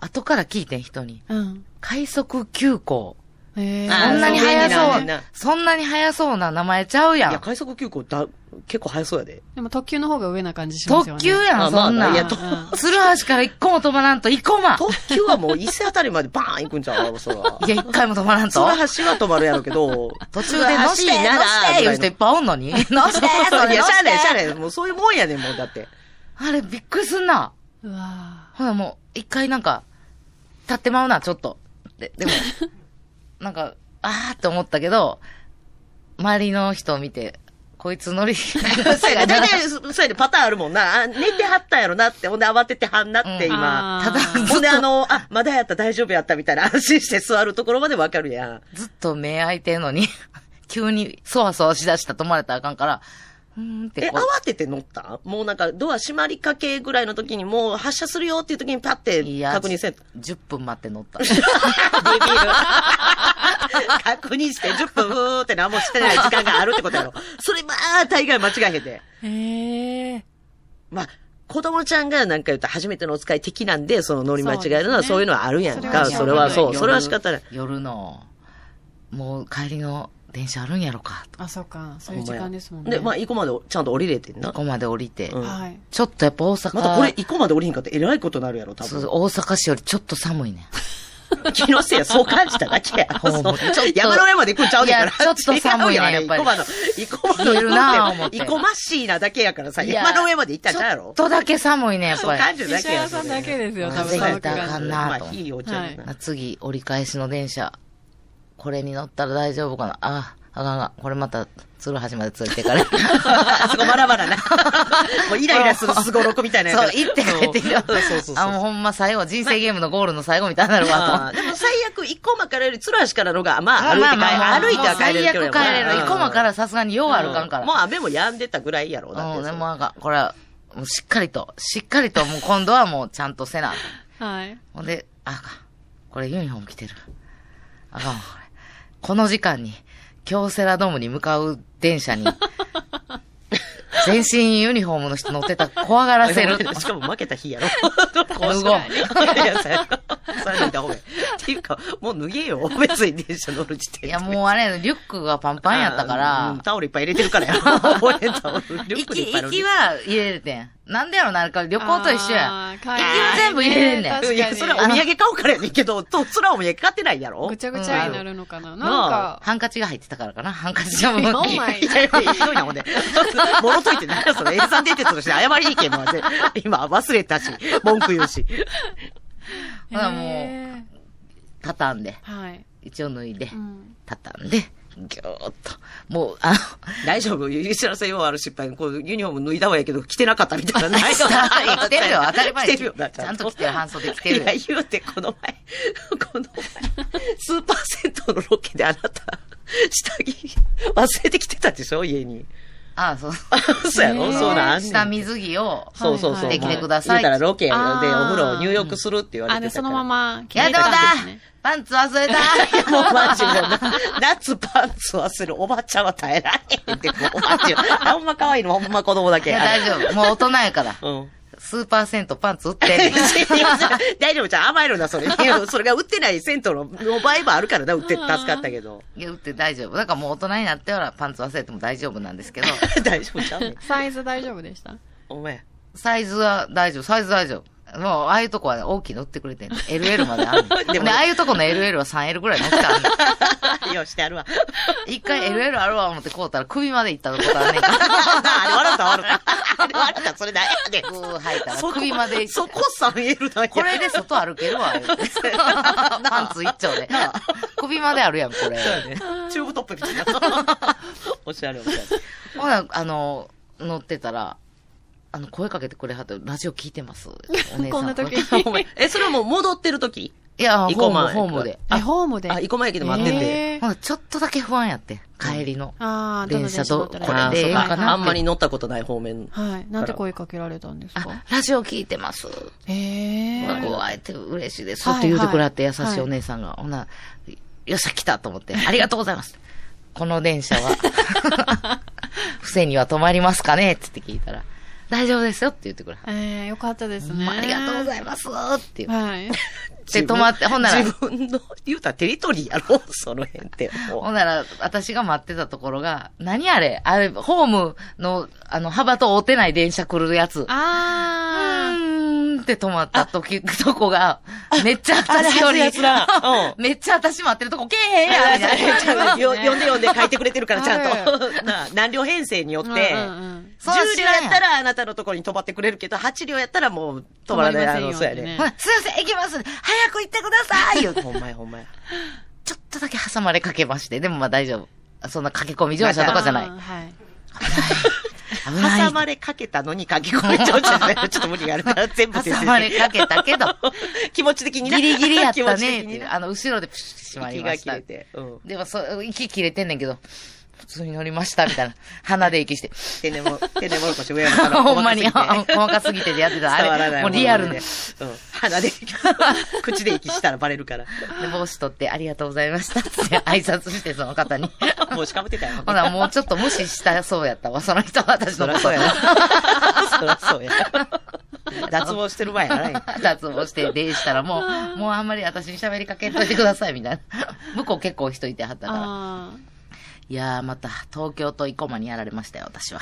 [SPEAKER 4] 後から聞いてん人に。
[SPEAKER 5] うん。
[SPEAKER 4] 快速急行。
[SPEAKER 5] えー
[SPEAKER 3] あ
[SPEAKER 4] そんなに速
[SPEAKER 3] そ
[SPEAKER 4] そう
[SPEAKER 3] う便利なんねんな。
[SPEAKER 4] そんなに速そうな名前ちゃうや
[SPEAKER 3] いや、
[SPEAKER 4] ん。
[SPEAKER 3] 快速急行だ、結構速そうやで。
[SPEAKER 5] でも特急の方が上な感じしますよ
[SPEAKER 4] 特
[SPEAKER 5] ね。
[SPEAKER 4] 急やん、
[SPEAKER 3] あまあ
[SPEAKER 4] そんないん
[SPEAKER 3] や。
[SPEAKER 5] と
[SPEAKER 4] 鶴橋から一個も止まらんと生駒。
[SPEAKER 3] 特急はもう伊勢あたりまでバーン行くんちゃうそら。
[SPEAKER 4] いや、一回も止まらん
[SPEAKER 3] そ
[SPEAKER 4] と
[SPEAKER 3] ら。橋は止まるやろうけど、
[SPEAKER 4] 途中で乗して、乗
[SPEAKER 3] いな
[SPEAKER 4] して、言う人いっぱいおんのに。乗して、
[SPEAKER 3] い
[SPEAKER 4] それ
[SPEAKER 3] や、
[SPEAKER 4] 乗し
[SPEAKER 3] しゃあない、しゃあ
[SPEAKER 4] て。
[SPEAKER 3] ない。もうそういうもんやねん、もうだって。
[SPEAKER 4] あれ、びっくりすんな。
[SPEAKER 5] うわ
[SPEAKER 4] ほら、もう、一回なんか、立ってまうな、ちょっと。で、 でも、なんか、あーって思ったけど、周りの人を見て、こいつ 乗り、
[SPEAKER 3] そうやね。
[SPEAKER 4] た
[SPEAKER 3] 大体、そうやね、パターンあるもんな。あ、寝てはったんやろなって、ほんで慌ててはんなって、
[SPEAKER 4] うん
[SPEAKER 3] 今。
[SPEAKER 5] あー
[SPEAKER 4] だ、
[SPEAKER 3] ほん
[SPEAKER 4] ず
[SPEAKER 3] で、あ
[SPEAKER 4] っと、
[SPEAKER 3] の、あ、まだやった、大丈夫やった、みたいな、安心して座るところまでわかるやん。
[SPEAKER 4] ずっと目開いてんのに、 急に、そわそわしだした、止まれたらあかんから、うーんって
[SPEAKER 3] え、
[SPEAKER 4] こう。
[SPEAKER 3] 慌てて乗ったもうなんか、ドア閉まりかけぐらいの時に、もう発車するよっていう時にパッて
[SPEAKER 4] いや
[SPEAKER 3] 確認せんと。
[SPEAKER 4] 10分待って乗 った。
[SPEAKER 3] ビビる。 確認して10分、ふーって何もしてない時間があるってことやろ。それ、まあ、大概間違えへんで。
[SPEAKER 5] ーへえ。
[SPEAKER 3] まあ、子供ちゃんがなんか言うと初めてのお使い的なんで、その乗り間違えるの
[SPEAKER 5] そう
[SPEAKER 3] は
[SPEAKER 5] ですね
[SPEAKER 3] そういうのはあるやんか。
[SPEAKER 5] そ
[SPEAKER 3] そ
[SPEAKER 5] れ
[SPEAKER 3] れ
[SPEAKER 5] は
[SPEAKER 3] は
[SPEAKER 5] しょ
[SPEAKER 3] そ。
[SPEAKER 5] うがないう
[SPEAKER 3] それは仕方ない。
[SPEAKER 4] 夜の、もう帰りの電車あるんやろか、と。
[SPEAKER 5] あ、そうか。そういう
[SPEAKER 3] ほん
[SPEAKER 5] 時
[SPEAKER 3] まや
[SPEAKER 5] 間ですもんね。
[SPEAKER 3] で、まあ、イコまでちゃんと降りれてんな
[SPEAKER 4] こ。こまで降りて。
[SPEAKER 3] うん
[SPEAKER 5] はい。
[SPEAKER 4] ちょっとやっぱ大阪。
[SPEAKER 3] またこれ、イコまで降りへんかって偉いことになるやろ、多
[SPEAKER 4] そう
[SPEAKER 3] 分。
[SPEAKER 4] 大阪市よりちょっと寒いね。
[SPEAKER 3] 気のせいや、そう感じただけや。
[SPEAKER 4] ほ
[SPEAKER 3] そ
[SPEAKER 4] ん
[SPEAKER 3] う
[SPEAKER 4] まちょっと
[SPEAKER 3] 山の上まで行くんちゃうねんから。
[SPEAKER 4] いやちょっと寒いね
[SPEAKER 3] 違うよあれ
[SPEAKER 4] やっぱり
[SPEAKER 3] 生駒の、生駒の、
[SPEAKER 4] いるなぁ思って
[SPEAKER 3] 生駒市なだけやからさ、
[SPEAKER 4] いや
[SPEAKER 3] 山の上まで行ったんちゃうや
[SPEAKER 4] ちょ
[SPEAKER 3] ろ
[SPEAKER 4] っ。とだけ寒いね、やっ
[SPEAKER 3] そう
[SPEAKER 4] ぱ
[SPEAKER 3] 感
[SPEAKER 4] り。
[SPEAKER 3] じただ
[SPEAKER 5] 石
[SPEAKER 3] けや
[SPEAKER 5] 原さんだけですよ、多
[SPEAKER 4] 風邪ひ
[SPEAKER 5] 分。寒
[SPEAKER 4] い
[SPEAKER 5] く
[SPEAKER 4] たらあかんなぁと
[SPEAKER 3] まあ、いいお茶やな。
[SPEAKER 4] 次、折り返しの電車。これに乗ったら大丈夫かな。あ、あかんあかん。これまた、鶴橋まで連れていかれる。
[SPEAKER 3] あそこバラバラ な。もうイライラするすごろくみたいなやつ
[SPEAKER 4] そう
[SPEAKER 3] や。、
[SPEAKER 4] 行って帰ってきた。
[SPEAKER 3] そうそうそうそう。
[SPEAKER 4] あ、もうほんま最後、人生ゲームのゴールの最後みたいになるわ
[SPEAKER 3] あーでも最悪、一個間からより、鶴橋からの方が、ま
[SPEAKER 4] と。
[SPEAKER 3] あ、歩いて帰、歩いては帰れるけ
[SPEAKER 4] も
[SPEAKER 3] ど
[SPEAKER 4] う最悪帰れる。生駒かららさすがによう歩かんから。
[SPEAKER 3] もう雨も止んでたぐらいやろ、だっ
[SPEAKER 4] うん、
[SPEAKER 3] て
[SPEAKER 4] で
[SPEAKER 3] それ。
[SPEAKER 4] もなんか、これは、もうしっかりと、しっかりと、もう今度はもうちゃんとせな。
[SPEAKER 5] はい。
[SPEAKER 4] ほんで、あかん。これユニフォーム着てる。あかんわ、これ。この時間に、京セラドームに向かう電車 に、全身ユニフォームの人乗ってたら怖がらせ る。
[SPEAKER 3] しかも負けた 日やろ。
[SPEAKER 4] こうし
[SPEAKER 3] い
[SPEAKER 4] ろ
[SPEAKER 3] や、それ、それ脱いだ方がいい。っていうか、もう脱げよ。別に電車乗る時点で。
[SPEAKER 4] いや、もうあれやね、リュックがパンパンやったか
[SPEAKER 3] うん
[SPEAKER 4] ら、
[SPEAKER 3] タオルいっぱい入れて るからやろ。覚えた。リュ
[SPEAKER 4] 息
[SPEAKER 3] ックにいっぱい入れて
[SPEAKER 4] 息
[SPEAKER 3] る。
[SPEAKER 4] は入れるてん。なんでやろな、なんか旅行と一緒や。
[SPEAKER 5] あー。
[SPEAKER 4] 息は
[SPEAKER 5] 帰り
[SPEAKER 4] 全部入れるねん。
[SPEAKER 5] 確かに
[SPEAKER 3] いや、それはお土産買おうからやねんけど、と、それはお土産買ってないやろ
[SPEAKER 5] ぐ。ちゃぐちゃになるのかな。なんか、
[SPEAKER 4] ハンカチが入ってたからかな、ハンカチの分
[SPEAKER 5] お
[SPEAKER 4] に。
[SPEAKER 5] 前
[SPEAKER 3] いやいや、ひどいな、ほんで。 もろといて、なんかその、永山電鉄として謝りに行けば、で今、忘れたし、文句言うし。
[SPEAKER 4] ほらもう
[SPEAKER 5] へー
[SPEAKER 4] 畳んで、
[SPEAKER 5] はい。
[SPEAKER 4] 一応脱いで
[SPEAKER 5] う、ん
[SPEAKER 4] 畳んで、ぎょーっと。もう、あの、
[SPEAKER 3] 大丈夫知らせようある失敗。こう、ユニフォーム脱いだわやけど、着てなかったみたい な。ない
[SPEAKER 4] 着てるよ、当たり前
[SPEAKER 3] 着てるよな、
[SPEAKER 4] ちゃんと着てる、半袖着てる
[SPEAKER 3] い
[SPEAKER 4] よ
[SPEAKER 3] や、。言うて、この前、この前、スーパー銭湯のロケであなた、下着、忘れてきてたでしょ 家に。
[SPEAKER 4] ああ、そう。
[SPEAKER 3] そうやろ、
[SPEAKER 5] ねえ
[SPEAKER 3] そうなんあんねん
[SPEAKER 4] 下水着を、
[SPEAKER 3] そうそうそう。
[SPEAKER 5] はいはい
[SPEAKER 4] できてください
[SPEAKER 3] 言うたらロケでお
[SPEAKER 5] あー
[SPEAKER 3] 風呂入浴するって言われて
[SPEAKER 5] あ、
[SPEAKER 3] たか
[SPEAKER 5] で、
[SPEAKER 3] ら。
[SPEAKER 5] そのまま
[SPEAKER 4] いや、でもだ
[SPEAKER 5] たんですね。
[SPEAKER 4] パンツ忘れた
[SPEAKER 3] もうマジもうな、夏パンツ忘れるおばちゃんは耐えられへんって、もうマジ。あんま可愛いの、ほんま子供だ
[SPEAKER 4] い
[SPEAKER 3] け。
[SPEAKER 4] や、大丈夫。もう大人やから。
[SPEAKER 3] 夫。うん。
[SPEAKER 4] 数パーセントパンツ売ってる
[SPEAKER 3] 大丈夫じゃん。甘えるな、それ。いやそれが売ってない銭湯の場合もあるからな、売って助かったけど。
[SPEAKER 4] いや、売って大丈夫。だからもう大人になってからパンツ忘れても大丈夫なんですけど、
[SPEAKER 3] 大丈夫ちゃうねん
[SPEAKER 5] サイズ大丈夫でした
[SPEAKER 3] お前。
[SPEAKER 4] サイズは大丈夫、サイズ大丈夫。もう、ああいうとこは大きいの売ってくれてんの LL まである
[SPEAKER 3] で
[SPEAKER 4] で
[SPEAKER 3] も
[SPEAKER 4] で、ああいうとこの LL は 3L ぐらいの大きさあんの。
[SPEAKER 3] よ、してや るわ。
[SPEAKER 4] 一回 LL あるわ思ってこうたら首まで行ったとことあんねんから。
[SPEAKER 3] あれ、笑った、笑った。あれ、笑った、それだ。やで
[SPEAKER 4] グー吐いたら首まで行って
[SPEAKER 3] そこさ、見えるだけ。
[SPEAKER 4] これで外歩けるわ、言うてパンツ一丁で。首まであるやん、これ。
[SPEAKER 3] そうやね。チューブトップ みたいな。おしゃれ、おしゃれ。
[SPEAKER 4] ほな、あの、乗ってたら、あの、声かけてくれはって、ラジオ聞いてます。 お姉さん。
[SPEAKER 5] こんな時
[SPEAKER 3] お前、え、それはもう戻ってる時
[SPEAKER 4] いや、ホ
[SPEAKER 3] 生
[SPEAKER 4] ーム、
[SPEAKER 3] 駒
[SPEAKER 4] ホームで。
[SPEAKER 5] えホームで
[SPEAKER 3] あ、生駒駅で待ってて。
[SPEAKER 5] えー
[SPEAKER 4] ほなちょっとだけ不安やって。帰りの。
[SPEAKER 5] ああ、どの
[SPEAKER 4] 電車
[SPEAKER 5] だ
[SPEAKER 4] と
[SPEAKER 5] ったら
[SPEAKER 4] これ
[SPEAKER 3] あ
[SPEAKER 4] でええんかな
[SPEAKER 3] あんまり乗ったことない方面。
[SPEAKER 5] はい。なんて声かけられたんですか
[SPEAKER 4] あ、ラジオ聞いてます。
[SPEAKER 5] ええ
[SPEAKER 4] まあこう会えて嬉しいです。
[SPEAKER 5] はい
[SPEAKER 4] って言うてくれはって、
[SPEAKER 5] は
[SPEAKER 4] 優
[SPEAKER 5] い
[SPEAKER 4] しいお姉さんが。ほな、よっしゃ、来たと思って。ありがとうございます。 この電車は、 不正には止まりますかねつって聞いたら、大丈夫ですよって言ってくれはっ
[SPEAKER 5] えー、よかったです
[SPEAKER 4] て。
[SPEAKER 5] ね。
[SPEAKER 4] まあありがとうござ
[SPEAKER 5] い
[SPEAKER 4] いますって言っ
[SPEAKER 5] はい。
[SPEAKER 4] て、で止まって、ほんなら、
[SPEAKER 3] 自分の、言うたらテリトリーやろ、 その辺って。もう
[SPEAKER 4] ほんなら、私が待ってたところが、何あれあれ、ホームの、あの、幅と合うてない電車来るやつ。う
[SPEAKER 5] ああ、
[SPEAKER 4] ーんって止まった時、とこが、めっちゃ私より
[SPEAKER 3] あれ恥ずいやつ な、
[SPEAKER 4] めっちゃ私待ってるとこけえへんやんみたいな。
[SPEAKER 3] ちゃんとよ読んで読んで書いてくれてるから、ちゃんと。 な何両編成によって、
[SPEAKER 5] うん
[SPEAKER 3] 10
[SPEAKER 5] うんうん
[SPEAKER 3] 両やったらあなたのところに止まってくれるけど、8両やったらもう止まらない。あ
[SPEAKER 5] 止まり
[SPEAKER 3] の、
[SPEAKER 5] ま
[SPEAKER 3] そう
[SPEAKER 5] せ
[SPEAKER 3] や
[SPEAKER 5] んよってね
[SPEAKER 3] ね。
[SPEAKER 4] ほらすいません、行きます。早く行ってくださいよ。
[SPEAKER 3] ほんまやほんまや。
[SPEAKER 4] ちょっとだけ挟まれかけまして、でもまあ大丈夫。そんな駆け込み乗車とかじゃない
[SPEAKER 5] あー。はい。
[SPEAKER 4] 危ない。
[SPEAKER 3] 挟まれかけたのに書き込めちゃうじゃないちょっと無理があ るから、全部訂正して
[SPEAKER 4] 挟まれかけたけど、
[SPEAKER 3] 気持ち的にな
[SPEAKER 4] ギリギリやっ
[SPEAKER 3] 気持
[SPEAKER 4] た
[SPEAKER 3] ち
[SPEAKER 4] ねっ
[SPEAKER 3] 的
[SPEAKER 4] てい
[SPEAKER 3] に
[SPEAKER 4] う。
[SPEAKER 3] な
[SPEAKER 4] あの、後ろでプシュッしまり
[SPEAKER 3] 息
[SPEAKER 4] ま
[SPEAKER 3] が
[SPEAKER 4] し
[SPEAKER 3] 切
[SPEAKER 4] た
[SPEAKER 3] れ。て。うん。
[SPEAKER 4] でも、そう、息切れてんねんけど、普通に乗りました、みたいな。鼻で息 して。
[SPEAKER 3] 天然も、天然もろこし上山か ら
[SPEAKER 4] ほんまに、
[SPEAKER 3] 細かす
[SPEAKER 4] あ
[SPEAKER 3] ぎて
[SPEAKER 4] 細かすぎてでやってた。
[SPEAKER 3] 伝わ
[SPEAKER 4] あ
[SPEAKER 3] らな
[SPEAKER 4] れ、
[SPEAKER 3] い
[SPEAKER 4] もうリアル
[SPEAKER 3] で。
[SPEAKER 4] で
[SPEAKER 3] うん。。鼻で、口で息したらバレるから。
[SPEAKER 4] で、帽子取って、ありがとうございましたって挨拶して、その方に。
[SPEAKER 3] 帽子かぶってたよ。
[SPEAKER 4] ほな、もうちょっと無視したそうやったわ。その人は私のことやな。
[SPEAKER 3] そりゃそうや。脱毛してる前やない。
[SPEAKER 4] 脱毛して、礼したらもう、もうあんまり私に喋りかけんといてください、みたい な。向こう結構人いてはったから。
[SPEAKER 5] あ
[SPEAKER 4] いやー、また、東京と生駒にやられましたよ、私 は。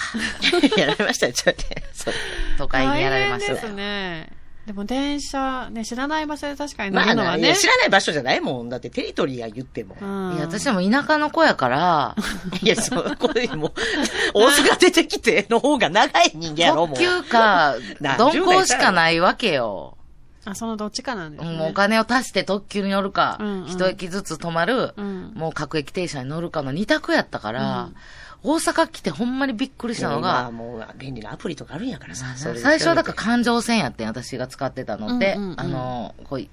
[SPEAKER 3] やられましたよ、ちょっとね。そう
[SPEAKER 4] 都
[SPEAKER 5] あ。
[SPEAKER 4] 会にやられました
[SPEAKER 5] 大
[SPEAKER 4] よ
[SPEAKER 5] 変で。すね。でも電車、ね、知らない場所で確かに乗
[SPEAKER 3] まあ
[SPEAKER 5] るの
[SPEAKER 3] な、
[SPEAKER 5] はいね。
[SPEAKER 3] や知らない場所じゃないもん。だってテリトリーや言っても。
[SPEAKER 5] うん
[SPEAKER 4] いや、私はもう田舎の子や から、
[SPEAKER 3] いや、そう、これもう、大阪出てきての方が長い人間やろ、も
[SPEAKER 4] 特
[SPEAKER 3] う。
[SPEAKER 4] 急 か
[SPEAKER 3] な、
[SPEAKER 4] 鈍行しかないわけよ。
[SPEAKER 5] あ、そのどっちかなんですね。
[SPEAKER 4] もうお金を足して特急に乗るか
[SPEAKER 5] うんうん、
[SPEAKER 4] 一、駅ずつ止まる、
[SPEAKER 5] うん
[SPEAKER 4] もう各駅停車に乗るかの二択やったから、大阪来てほんまにびっくりしたの
[SPEAKER 3] まあ
[SPEAKER 4] が、
[SPEAKER 3] もう、便利なアプリとかあるんやからさ。それで
[SPEAKER 4] 最初はだから環状線やってん、私が使ってたので、
[SPEAKER 5] うんうんうん
[SPEAKER 4] あの、こうい、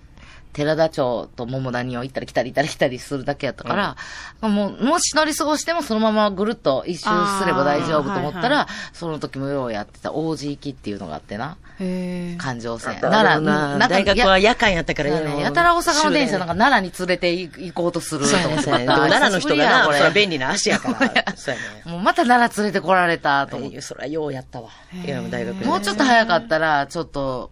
[SPEAKER 4] 寺田町と桃谷を行ったり来たり行ったり来たりするだけやったから、もう、もし乗り過ごしてもそのままぐるっと一周すれば大丈夫と思ったら、
[SPEAKER 5] あ
[SPEAKER 4] その時もようやってた、王子行きっていうのがあってな、
[SPEAKER 5] へえ。
[SPEAKER 4] 環状線。
[SPEAKER 3] 奈良
[SPEAKER 4] な
[SPEAKER 3] な、
[SPEAKER 4] んか
[SPEAKER 3] 大学は夜間やったから
[SPEAKER 4] そうやねやたら大阪の電車なんか奈良に連れて行こうとすると
[SPEAKER 3] そうや
[SPEAKER 4] 思
[SPEAKER 3] ね
[SPEAKER 4] っ
[SPEAKER 3] そ
[SPEAKER 4] て
[SPEAKER 3] うや
[SPEAKER 4] ま
[SPEAKER 3] ねで
[SPEAKER 4] た
[SPEAKER 3] も奈良の人がな、
[SPEAKER 4] 久しぶり
[SPEAKER 3] そり
[SPEAKER 4] や
[SPEAKER 3] ゃ
[SPEAKER 4] これ
[SPEAKER 3] 便利な足 やから。そうやね。
[SPEAKER 4] もうまた奈良連れてこられたと思って。
[SPEAKER 3] それはようやったわ。いや、大学で
[SPEAKER 4] もうちょっと早かったら、ちょっと、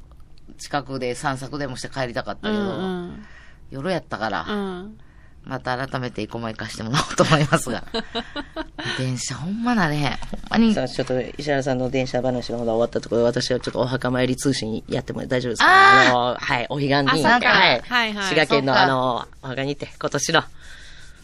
[SPEAKER 4] 近くで散策でもして帰りたかった
[SPEAKER 5] う
[SPEAKER 4] け
[SPEAKER 5] ん
[SPEAKER 4] ど、
[SPEAKER 5] うん。
[SPEAKER 4] 夜やったから、
[SPEAKER 5] うん。
[SPEAKER 4] また改めて生駒行かしてもらおうと思います が。電車ほんまなれへん。ほんまに。
[SPEAKER 3] さあ、ちょっと石原さんの電車話がまだ終わったところで、私はちょっとお墓参り通信やっても大丈夫ですか
[SPEAKER 4] あー
[SPEAKER 3] の、はい、お彼岸に、
[SPEAKER 4] あそっか
[SPEAKER 3] はい、
[SPEAKER 5] はいはい
[SPEAKER 3] 滋賀県
[SPEAKER 4] そ
[SPEAKER 3] の
[SPEAKER 4] っか
[SPEAKER 3] あの、お墓に行って、今年の、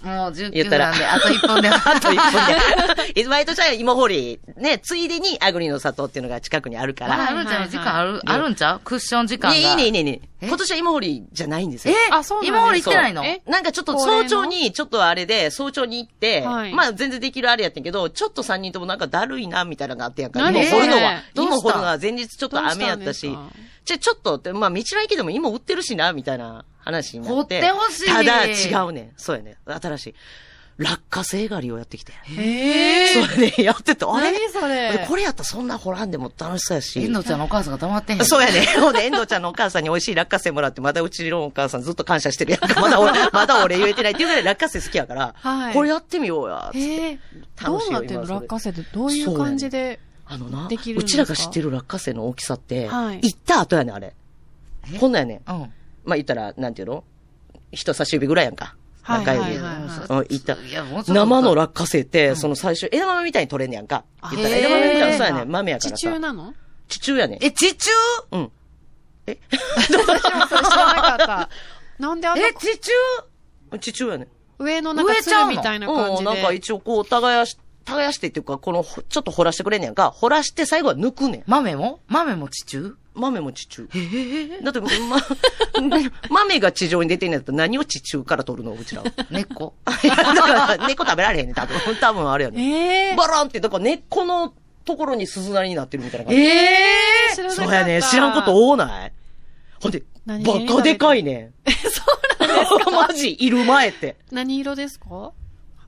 [SPEAKER 4] もう
[SPEAKER 3] 言っ
[SPEAKER 4] 19
[SPEAKER 3] たら
[SPEAKER 4] なんで、あと1分で。あ
[SPEAKER 3] あと一本で、毎年は芋掘り、ね、ついでにアグリの里っていうのが近くにある か
[SPEAKER 4] あ
[SPEAKER 3] ら、
[SPEAKER 4] るんちゃう時間ある、あるんちゃうクッション時間が。
[SPEAKER 3] ね、いいね、いいね、いいね。
[SPEAKER 4] え
[SPEAKER 3] 今年は芋掘りじゃないんですよ。
[SPEAKER 5] あそうなんです
[SPEAKER 4] 今俺行ってないの
[SPEAKER 5] え
[SPEAKER 3] なんかちょっと
[SPEAKER 5] 恒例
[SPEAKER 3] 早
[SPEAKER 5] の
[SPEAKER 3] 朝に、ちょっとあれで、早朝に行って、
[SPEAKER 5] はい
[SPEAKER 3] まあ全然できるあれやってんけど、ちょっと三人ともなんかだるいな、みたいなのがあってんやんか。
[SPEAKER 5] なんで
[SPEAKER 3] 芋掘るのは、
[SPEAKER 4] どうした
[SPEAKER 3] 芋掘るのは前日ちょっと雨やったし
[SPEAKER 5] どうしたんですか、
[SPEAKER 3] ちょ、ちょっとって、まあ道の駅でも芋売ってるしな、みたいな話になって。
[SPEAKER 4] 掘ってほしい
[SPEAKER 3] ただ違うねん。そうやね。新しい。落花生狩りをやってきて。
[SPEAKER 5] ええ。
[SPEAKER 3] そうやね。やってて、あれ
[SPEAKER 5] 何それ
[SPEAKER 3] これやったらそんな掘らんでも楽しそうやし。
[SPEAKER 4] 遠藤ちゃんのお母さんが黙ってへん。
[SPEAKER 3] そうやね。 ほんで、遠藤ちゃんのお母さんに美味しい落花生もらって、まだうちのお母さんずっと感謝してるやんか。まだ俺、 まだ俺言えてないっていうぐらい落花生好きやから、
[SPEAKER 5] はい
[SPEAKER 3] これやってみようや。
[SPEAKER 5] ええ。どうなっ
[SPEAKER 3] 楽しいよ
[SPEAKER 5] てんの
[SPEAKER 3] 今それ
[SPEAKER 5] 落花生ってどういう感じで
[SPEAKER 3] あのな、
[SPEAKER 5] できるん
[SPEAKER 3] う
[SPEAKER 5] です
[SPEAKER 3] ち
[SPEAKER 5] から
[SPEAKER 3] が知ってる落花生の大きさって、
[SPEAKER 5] はい
[SPEAKER 3] 行った後やねん、あれ。こんなんやねん。
[SPEAKER 4] うん。
[SPEAKER 3] まあ言ったら、なんていうの人差し指ぐらいやんか。
[SPEAKER 5] はい
[SPEAKER 3] 中
[SPEAKER 5] はい
[SPEAKER 3] 指。
[SPEAKER 5] はい
[SPEAKER 3] うん
[SPEAKER 4] はい
[SPEAKER 3] 行った。
[SPEAKER 4] いやもうちょっと
[SPEAKER 3] 生の落花生って、その最初、枝豆みたいに取れんねやんか。
[SPEAKER 5] あ
[SPEAKER 3] 言ったら
[SPEAKER 4] へー
[SPEAKER 3] 枝豆みたいな、そうやねん。豆やか
[SPEAKER 5] 地
[SPEAKER 3] ら
[SPEAKER 5] 中
[SPEAKER 3] さ。
[SPEAKER 5] なの
[SPEAKER 3] 地中やねん。
[SPEAKER 4] え、地中
[SPEAKER 3] うん。
[SPEAKER 5] それ知らなかった。なんであんな
[SPEAKER 4] え、地中
[SPEAKER 3] 地中やねん。
[SPEAKER 5] 上のなんか
[SPEAKER 4] 植えちゃう
[SPEAKER 5] 鶴
[SPEAKER 4] の
[SPEAKER 5] みたいな感
[SPEAKER 3] う
[SPEAKER 5] じ
[SPEAKER 3] ん、
[SPEAKER 5] で。
[SPEAKER 3] なんか一応こう、耕し、耕してっていうか、この、ほちょっと掘らしてくれんねやんか。掘らして最後は抜くねん。
[SPEAKER 4] 豆も豆も地中
[SPEAKER 3] 豆も地中。 だ って、ま、ね豆が地上に出てんねやったら何を地中から取るのうちらは。
[SPEAKER 4] 根っこ
[SPEAKER 3] だから猫食べられへんねん、多 分。多分あれやねん。
[SPEAKER 5] ええ
[SPEAKER 3] バランって、だから根っこのところに鈴なりになってるみたいな感じ。
[SPEAKER 5] ええ知らなか
[SPEAKER 3] そ
[SPEAKER 5] った。
[SPEAKER 3] うやね。知らんこと多ないほんで、バ
[SPEAKER 5] 何色に食べてる
[SPEAKER 3] カでか いねん。そうなんですか マジ、いる前って。
[SPEAKER 5] 何色ですか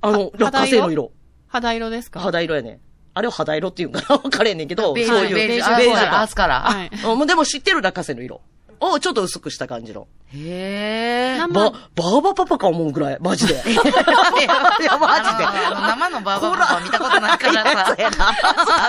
[SPEAKER 3] あの、落花生の色。
[SPEAKER 5] 肌色ですか
[SPEAKER 3] 肌色やねん。あれを肌色っていうんかな 分かれへんねんけど、
[SPEAKER 4] ベージ
[SPEAKER 3] そう
[SPEAKER 4] ュ、
[SPEAKER 3] いう。
[SPEAKER 4] ベージ
[SPEAKER 5] ベージュ
[SPEAKER 4] ュ、
[SPEAKER 5] ベージュ
[SPEAKER 4] アースカラー、アースカラー。
[SPEAKER 5] はい。
[SPEAKER 3] うんもうでも知ってる落花生の色をちょっと薄くした感じの。
[SPEAKER 4] へー
[SPEAKER 5] 生
[SPEAKER 3] ば、バーバパパか思うぐらい。マジで。いや、マジで。
[SPEAKER 4] あの生のバーバーパパ見たことないから さ。
[SPEAKER 3] いやそうやな。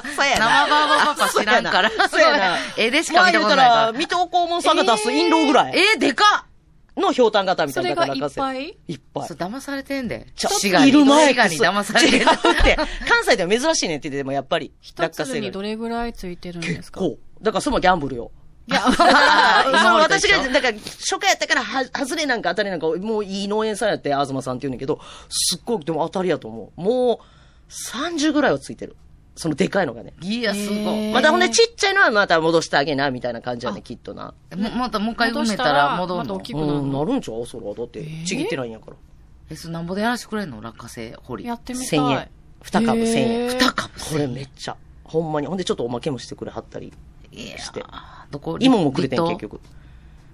[SPEAKER 3] そうや
[SPEAKER 4] 生
[SPEAKER 3] な
[SPEAKER 4] バーバーパパ知らんから。
[SPEAKER 3] そうやな。
[SPEAKER 4] 絵でしか見たことない
[SPEAKER 3] ま
[SPEAKER 4] か
[SPEAKER 3] あ言うたら、水戸黄門さんが出す印籠ぐら
[SPEAKER 4] ら。
[SPEAKER 3] い
[SPEAKER 4] えー、でか
[SPEAKER 3] のひょうたん型みた
[SPEAKER 5] そ
[SPEAKER 3] いな
[SPEAKER 5] れがいっ
[SPEAKER 3] 生。
[SPEAKER 5] ぱい
[SPEAKER 3] いっぱ
[SPEAKER 4] っ
[SPEAKER 3] い
[SPEAKER 4] そう、。騙されてんで。
[SPEAKER 3] ちょ
[SPEAKER 4] 滋賀に、
[SPEAKER 3] いる前
[SPEAKER 4] 滋賀に騙されて
[SPEAKER 3] 違
[SPEAKER 4] る
[SPEAKER 3] う。って。関西では珍しいねんって言って、でもやっぱり。
[SPEAKER 5] 一
[SPEAKER 3] 落花
[SPEAKER 5] つ
[SPEAKER 3] 生
[SPEAKER 5] に
[SPEAKER 3] が
[SPEAKER 5] どれぐらいついてるんです
[SPEAKER 3] 結
[SPEAKER 5] か
[SPEAKER 3] 構。だからそれもギャンブルよ。
[SPEAKER 5] いや、
[SPEAKER 4] あー
[SPEAKER 3] ああ、そう、
[SPEAKER 4] 今まで
[SPEAKER 3] 私
[SPEAKER 4] と一緒
[SPEAKER 3] が、だから、初回やったから、は、外れなんか当たりなんか、もういい農園さんやって、東さんって言うんだけど、すっごい、でも当たりやと思う。もう、30ぐらいはついてる。そのでかいのがね。
[SPEAKER 4] いや、すごい。
[SPEAKER 5] へー
[SPEAKER 3] またほんで、ちっちゃいのはまた戻してあげな、みたいな感じやね、きっとな。
[SPEAKER 4] もまたもう一回埋めたら戻る
[SPEAKER 5] また大
[SPEAKER 4] の
[SPEAKER 5] き。
[SPEAKER 3] う
[SPEAKER 5] くなる
[SPEAKER 3] ん、
[SPEAKER 5] の
[SPEAKER 3] なるんちゃうそれは。だって、ちぎってないんやから。
[SPEAKER 4] え、それなんぼでやらしてくれんの落花生掘り。
[SPEAKER 5] やってみたい。
[SPEAKER 3] 1000円。2株
[SPEAKER 5] へ
[SPEAKER 3] 1000
[SPEAKER 5] ー
[SPEAKER 3] 円。2
[SPEAKER 5] 二
[SPEAKER 3] 株これめっちゃ。ほんまに。ほんで、ちょっとおまけもしてくれはったり。
[SPEAKER 4] いや
[SPEAKER 3] して
[SPEAKER 4] ーどこ
[SPEAKER 3] 芋もくれてん、結。局。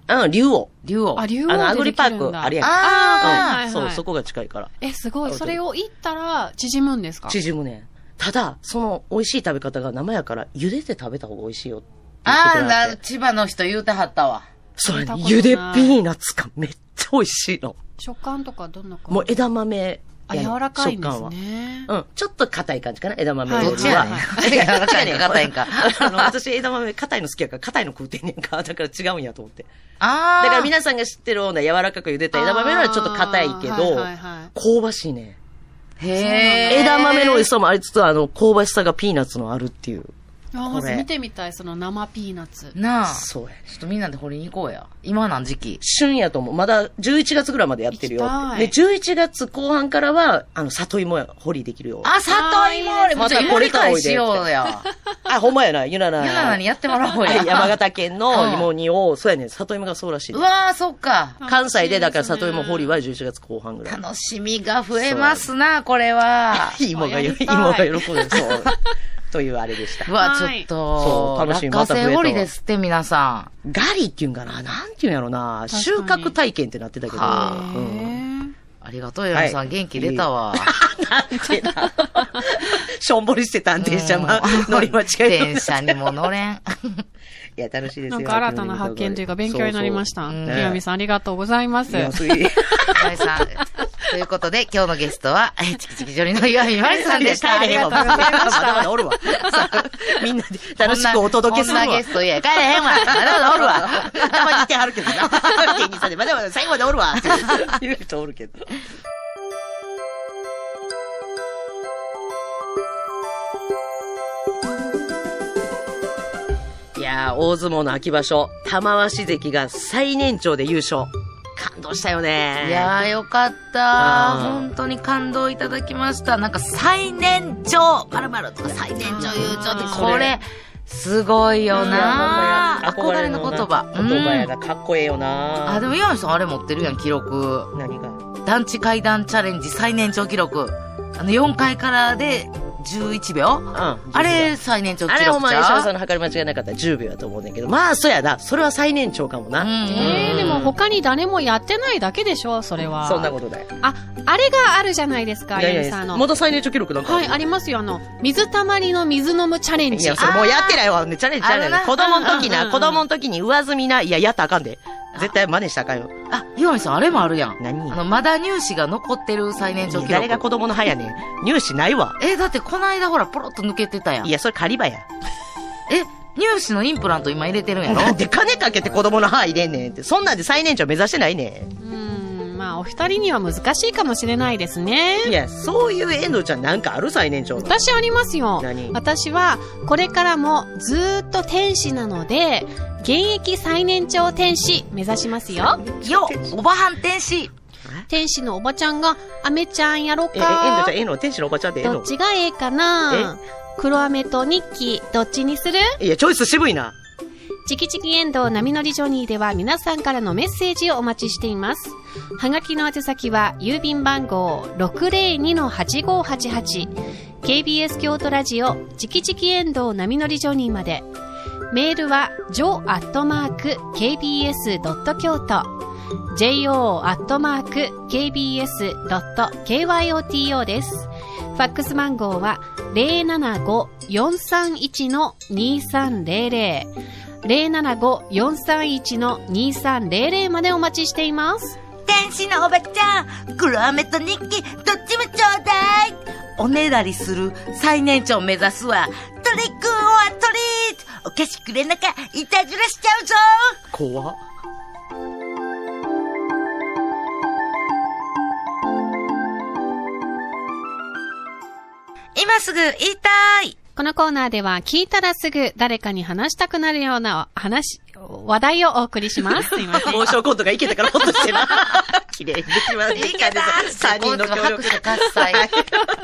[SPEAKER 3] うん、竜王。
[SPEAKER 4] 竜王。
[SPEAKER 5] あ、
[SPEAKER 4] 竜
[SPEAKER 5] 竜王
[SPEAKER 3] あの、アグリパ
[SPEAKER 5] でできる
[SPEAKER 3] ー
[SPEAKER 5] ん
[SPEAKER 3] ク、
[SPEAKER 5] だ
[SPEAKER 3] あれやんか。
[SPEAKER 4] あ
[SPEAKER 5] ー
[SPEAKER 3] うん
[SPEAKER 5] はい
[SPEAKER 3] そう、
[SPEAKER 5] はい
[SPEAKER 3] そこが近いから。
[SPEAKER 5] え、すごい。それをいったら縮むんですか
[SPEAKER 3] 縮むね。ただ、その美味しい食べ方が生やから、茹でて食べた方が美味しいよって言って
[SPEAKER 4] あ
[SPEAKER 3] く
[SPEAKER 4] ー
[SPEAKER 3] れはっ
[SPEAKER 4] な、
[SPEAKER 3] て。
[SPEAKER 4] 千葉の人言うてはったわ。
[SPEAKER 3] そうやね。
[SPEAKER 5] 聞いたことない
[SPEAKER 3] 茹でピーナッツがめっちゃ美味しいの。
[SPEAKER 5] 食感とかどんな感じ
[SPEAKER 3] もう枝豆やね。
[SPEAKER 5] あ、柔らかいんです
[SPEAKER 3] 食
[SPEAKER 5] ね。
[SPEAKER 3] 感は。うん。ちょっと硬い感じかな、枝豆
[SPEAKER 5] はい
[SPEAKER 3] よ
[SPEAKER 4] どっ
[SPEAKER 3] り
[SPEAKER 4] ちや
[SPEAKER 3] は。
[SPEAKER 4] ねん。
[SPEAKER 5] は
[SPEAKER 4] 柔らかいんか、 硬いんか。
[SPEAKER 3] あの、私枝豆硬いの好きやから、硬いの食うてんねんか。だ から違うんやと思って。
[SPEAKER 4] あ
[SPEAKER 3] だ
[SPEAKER 4] ー。
[SPEAKER 3] から皆さんが知ってるような柔らかく茹でた枝豆のはちょっと硬いけ
[SPEAKER 5] あー
[SPEAKER 3] ど
[SPEAKER 5] はいはいはい、
[SPEAKER 3] 香ばしいね。
[SPEAKER 4] へー
[SPEAKER 3] 枝豆の美味しさもありつつ、あの、香ばしさがピーナッツのあるっていう。
[SPEAKER 5] あー
[SPEAKER 3] こ
[SPEAKER 5] ま
[SPEAKER 3] れ
[SPEAKER 5] ず見てみたい、その生ピーナッツ。
[SPEAKER 4] なあ。ち
[SPEAKER 3] そうやね。
[SPEAKER 4] ょっとみんなで掘りに行こうや。今なん時期。
[SPEAKER 3] 旬やと思う。まだ11月ぐらいまでやってるよ
[SPEAKER 5] 行き。た
[SPEAKER 3] で、
[SPEAKER 5] い
[SPEAKER 3] 11月後半からは、あの、里芋掘りできるよ。
[SPEAKER 4] あ、里芋
[SPEAKER 5] あーいいですね
[SPEAKER 4] もうちょっと芋理解しようや。
[SPEAKER 3] あ、ほんまやな、ゆなな。
[SPEAKER 4] ゆななにやってもらおう
[SPEAKER 3] は
[SPEAKER 4] や。
[SPEAKER 3] い 山形県
[SPEAKER 4] うん
[SPEAKER 3] の芋煮を、そうやね、里芋がそうらしいうね。
[SPEAKER 4] わー、そっか。
[SPEAKER 3] 関西で、だから里芋掘りは11月後半ぐらい。
[SPEAKER 4] 楽しみが増えますな、これ は。
[SPEAKER 3] 芋がよ、
[SPEAKER 5] やり
[SPEAKER 3] 芋
[SPEAKER 5] たい
[SPEAKER 3] が喜ぶ。そう。 というあれでした
[SPEAKER 4] う。わ、ちょ
[SPEAKER 5] はい
[SPEAKER 4] っと、
[SPEAKER 3] そう楽しみ
[SPEAKER 4] 落花
[SPEAKER 3] また増え
[SPEAKER 4] 生
[SPEAKER 3] たわ
[SPEAKER 4] 掘りですって、皆さ
[SPEAKER 3] ガリっていうんかななんていうんやろな
[SPEAKER 5] かに
[SPEAKER 3] 収穫体験ってなってたけど。
[SPEAKER 4] は
[SPEAKER 5] へ
[SPEAKER 3] うん
[SPEAKER 5] ー
[SPEAKER 4] ん。ありがとう、ヨネさ
[SPEAKER 3] は
[SPEAKER 4] ん。
[SPEAKER 3] い
[SPEAKER 4] 元気出たわ。
[SPEAKER 3] なんてな。 しょんぼりしてたん、 電車ま
[SPEAKER 4] うん
[SPEAKER 3] 乗り間違え た
[SPEAKER 4] 電車にも乗れん。
[SPEAKER 3] いや、楽しいですよ。
[SPEAKER 5] なんか新たな発見というか勉強になりまし
[SPEAKER 3] そ
[SPEAKER 5] た。
[SPEAKER 3] う
[SPEAKER 5] ひ
[SPEAKER 3] そう
[SPEAKER 5] ろみさんありがとうございます。
[SPEAKER 3] いやそういう
[SPEAKER 4] ヨネさん。ということで、今日のゲストは、 えチキチキジョリの岩見まりさんでした。
[SPEAKER 3] ありがとうございました。まだまだおるわ。さあみんなで楽しくお届けするわ。
[SPEAKER 4] こんなゲストいや、帰れへんわ。まだまだおるわ。
[SPEAKER 3] たまにいてはるけどな。 芸人さんで、まだまだ最後までお るわ。って言う人おるけど。いやー、大相撲の秋場所、玉鷲関が最年長で優勝。感動したよね。
[SPEAKER 4] いやーよかっ
[SPEAKER 3] う
[SPEAKER 4] た。
[SPEAKER 3] ん
[SPEAKER 4] 本当に感動いただきました。なんか最年長、まるまるとか最年長優勝って、
[SPEAKER 5] あー
[SPEAKER 4] これ、すごいよ
[SPEAKER 3] いや
[SPEAKER 4] なー
[SPEAKER 3] ほんま
[SPEAKER 4] 憧
[SPEAKER 3] や
[SPEAKER 4] れの言葉。
[SPEAKER 3] 言葉や
[SPEAKER 4] うん
[SPEAKER 3] な、かっこええよな。
[SPEAKER 4] あ、でも岩見さんあれ持ってるやん、記録。
[SPEAKER 3] 何が
[SPEAKER 4] 団地階段チャレンジ最年長記録。あの、4階からで11秒
[SPEAKER 3] うん
[SPEAKER 4] あれ、最年長記
[SPEAKER 3] あ
[SPEAKER 4] 録ち
[SPEAKER 3] れ
[SPEAKER 4] ゃう
[SPEAKER 3] お前、石原さんの測り間違いなかったら10秒やと思うねんだけど。まあ、そやな。それは最年長かもな。
[SPEAKER 4] うん
[SPEAKER 5] えー、でも他に誰もやってないだけでしょ、それは。
[SPEAKER 3] そんなことだよ。
[SPEAKER 5] あ、あれがあるじゃないですか、
[SPEAKER 3] いや
[SPEAKER 5] ゆ
[SPEAKER 3] いや
[SPEAKER 5] み
[SPEAKER 3] い
[SPEAKER 5] さん
[SPEAKER 3] や
[SPEAKER 5] あ
[SPEAKER 3] ま
[SPEAKER 5] の。
[SPEAKER 3] た最年長記録なんか
[SPEAKER 5] はい、ありますよ、あの、水たまりの水飲むチャレン
[SPEAKER 3] い
[SPEAKER 5] ジ。
[SPEAKER 3] や、それもうやってないわ。ねチャレンジチャレン
[SPEAKER 4] あるな
[SPEAKER 3] ジ。子供の時
[SPEAKER 5] うんうん
[SPEAKER 3] な、
[SPEAKER 5] うん
[SPEAKER 3] 子供の時に上積みな、いや、やったらあかんで。絶対真似したらあかんよ。
[SPEAKER 6] あ、岩見さん、あれもあるやん。
[SPEAKER 3] 何
[SPEAKER 6] あの、まだ入試が残ってる最年長記録。
[SPEAKER 3] 誰が子供の歯やねん。入試ないわ。
[SPEAKER 6] え、だってこないだほら、ポロッと抜けてたやん。
[SPEAKER 3] いや、それ狩り場や。
[SPEAKER 6] え、入試のインプラント今入れてるんやろ
[SPEAKER 3] なんで金かけて子供の歯入れんねんって。そんなんで最年長目指してないね
[SPEAKER 5] うん、まあ、お二人には難しいかもしれないですね
[SPEAKER 3] ん。い。や、そういう遠藤ちゃんなんかある最年長の。
[SPEAKER 5] 私ありますよ
[SPEAKER 3] 何。
[SPEAKER 5] 私は、これからもずーっと天使なので、現役最年長天使目指しますよ。
[SPEAKER 6] よ、おばはん天使。
[SPEAKER 5] 天使のおばちゃんが、アメちゃんやろ
[SPEAKER 3] え、え、遠藤ちゃん、。
[SPEAKER 5] か
[SPEAKER 3] ええの天使のおばちゃんでええ
[SPEAKER 5] ど
[SPEAKER 3] の
[SPEAKER 5] っちがええかな黒アメとニッキー、どっちにする
[SPEAKER 3] いや、チョイス渋いな。
[SPEAKER 5] チキチキエンドウ波乗りジョニーでは皆さんからのメッセージをお待ちしています。はがきの宛先は郵便番号 602-8588KBS 京都ラジオチキチキエンドウ波乗りジョニーまで。メールは jo.kbs.kyoto jo.kbs.kyoto です。ファックス番号は075-431-2300。075-431-2300までお待ちしています。
[SPEAKER 6] 天使のおばちゃん、黒飴と日記、どっちもちょうだい。おねだりする最年長目指すわ。トリックオアトリート。お菓子くれなきゃ、いたずらしちゃうぞ。
[SPEAKER 3] 怖っ
[SPEAKER 6] 今すぐ言いたい。
[SPEAKER 5] このコーナーでは聞いたらすぐ誰かに話したくなるような話、話題をお送りし ます。すいません。
[SPEAKER 3] モーションコントがいけたからほっとしてな。綺麗にできま
[SPEAKER 6] いい
[SPEAKER 3] した
[SPEAKER 6] か
[SPEAKER 3] ね。
[SPEAKER 6] な
[SPEAKER 3] 3人の協力
[SPEAKER 6] 拍手喝采。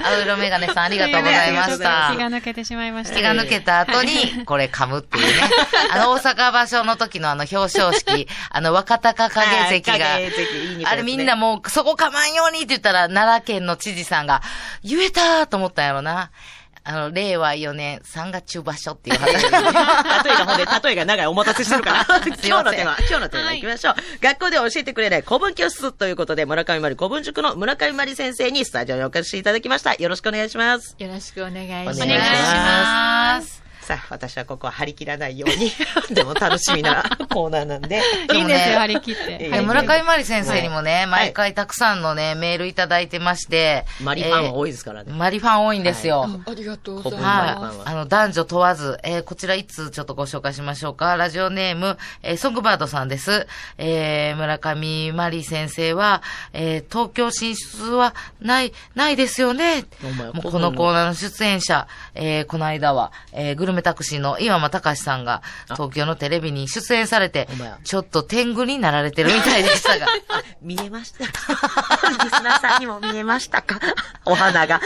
[SPEAKER 6] アウロメガネさんありがとうございまし
[SPEAKER 5] 気
[SPEAKER 6] た。
[SPEAKER 5] が抜けてしまいました。
[SPEAKER 6] 手が抜けた後に、 これ噛むっていうね。あの、大阪場所の時のあの表彰式、あの、若隆景関が
[SPEAKER 3] はい影関いい匂いですね、
[SPEAKER 6] あれみんなもう、そこ噛まんようにって言ったら、奈良県の知事さんが、言えたーと思ったんやろな。あの、令和4年3月中場所っていう話。
[SPEAKER 3] 例えがほんで、例えが長いお待たせしてるから。
[SPEAKER 6] すい
[SPEAKER 3] 今
[SPEAKER 6] ません
[SPEAKER 3] 日のテーマ、今日のテーマ行きましょう。学校では教えてくれない古文教室ということで、村上まり古文塾の村上まり先生にスタジオにお越しいただきました。よろしくお願いします。
[SPEAKER 7] よろしくお願いし
[SPEAKER 3] お
[SPEAKER 7] ます。
[SPEAKER 3] 願いし
[SPEAKER 6] す。
[SPEAKER 3] さあ、私はここは張り切らないように。 でも楽しみなコーナーなんで。
[SPEAKER 5] いいんです
[SPEAKER 6] でもね
[SPEAKER 5] よ、張り切 って。
[SPEAKER 6] え村上まり先生にもね、
[SPEAKER 3] い
[SPEAKER 6] 毎回たくさんのね、メールいただいてまして。
[SPEAKER 3] マリファンは多
[SPEAKER 6] い。
[SPEAKER 3] いですからね。
[SPEAKER 6] マリファン多いんですよ。
[SPEAKER 7] ありがとうござい
[SPEAKER 3] は
[SPEAKER 7] ま
[SPEAKER 3] い
[SPEAKER 7] す。
[SPEAKER 6] はい。あの、男女問わず、えーこちら一通ちょっとご紹介しましょうか。ラジオネーム、えーソングバードさんです。えー村上まり先生は、えー東京進出はない、ないですよね
[SPEAKER 3] お前。
[SPEAKER 6] もうこのコーナーの出演者、えーこの間は、えーグルメタクシーの岩間隆さんが、東京のテレビに出演されて
[SPEAKER 3] お前や、
[SPEAKER 6] ちょっと天狗になられてるみたいでしたが。
[SPEAKER 3] 見えましたかリスナーさんにも見えましたか お花が。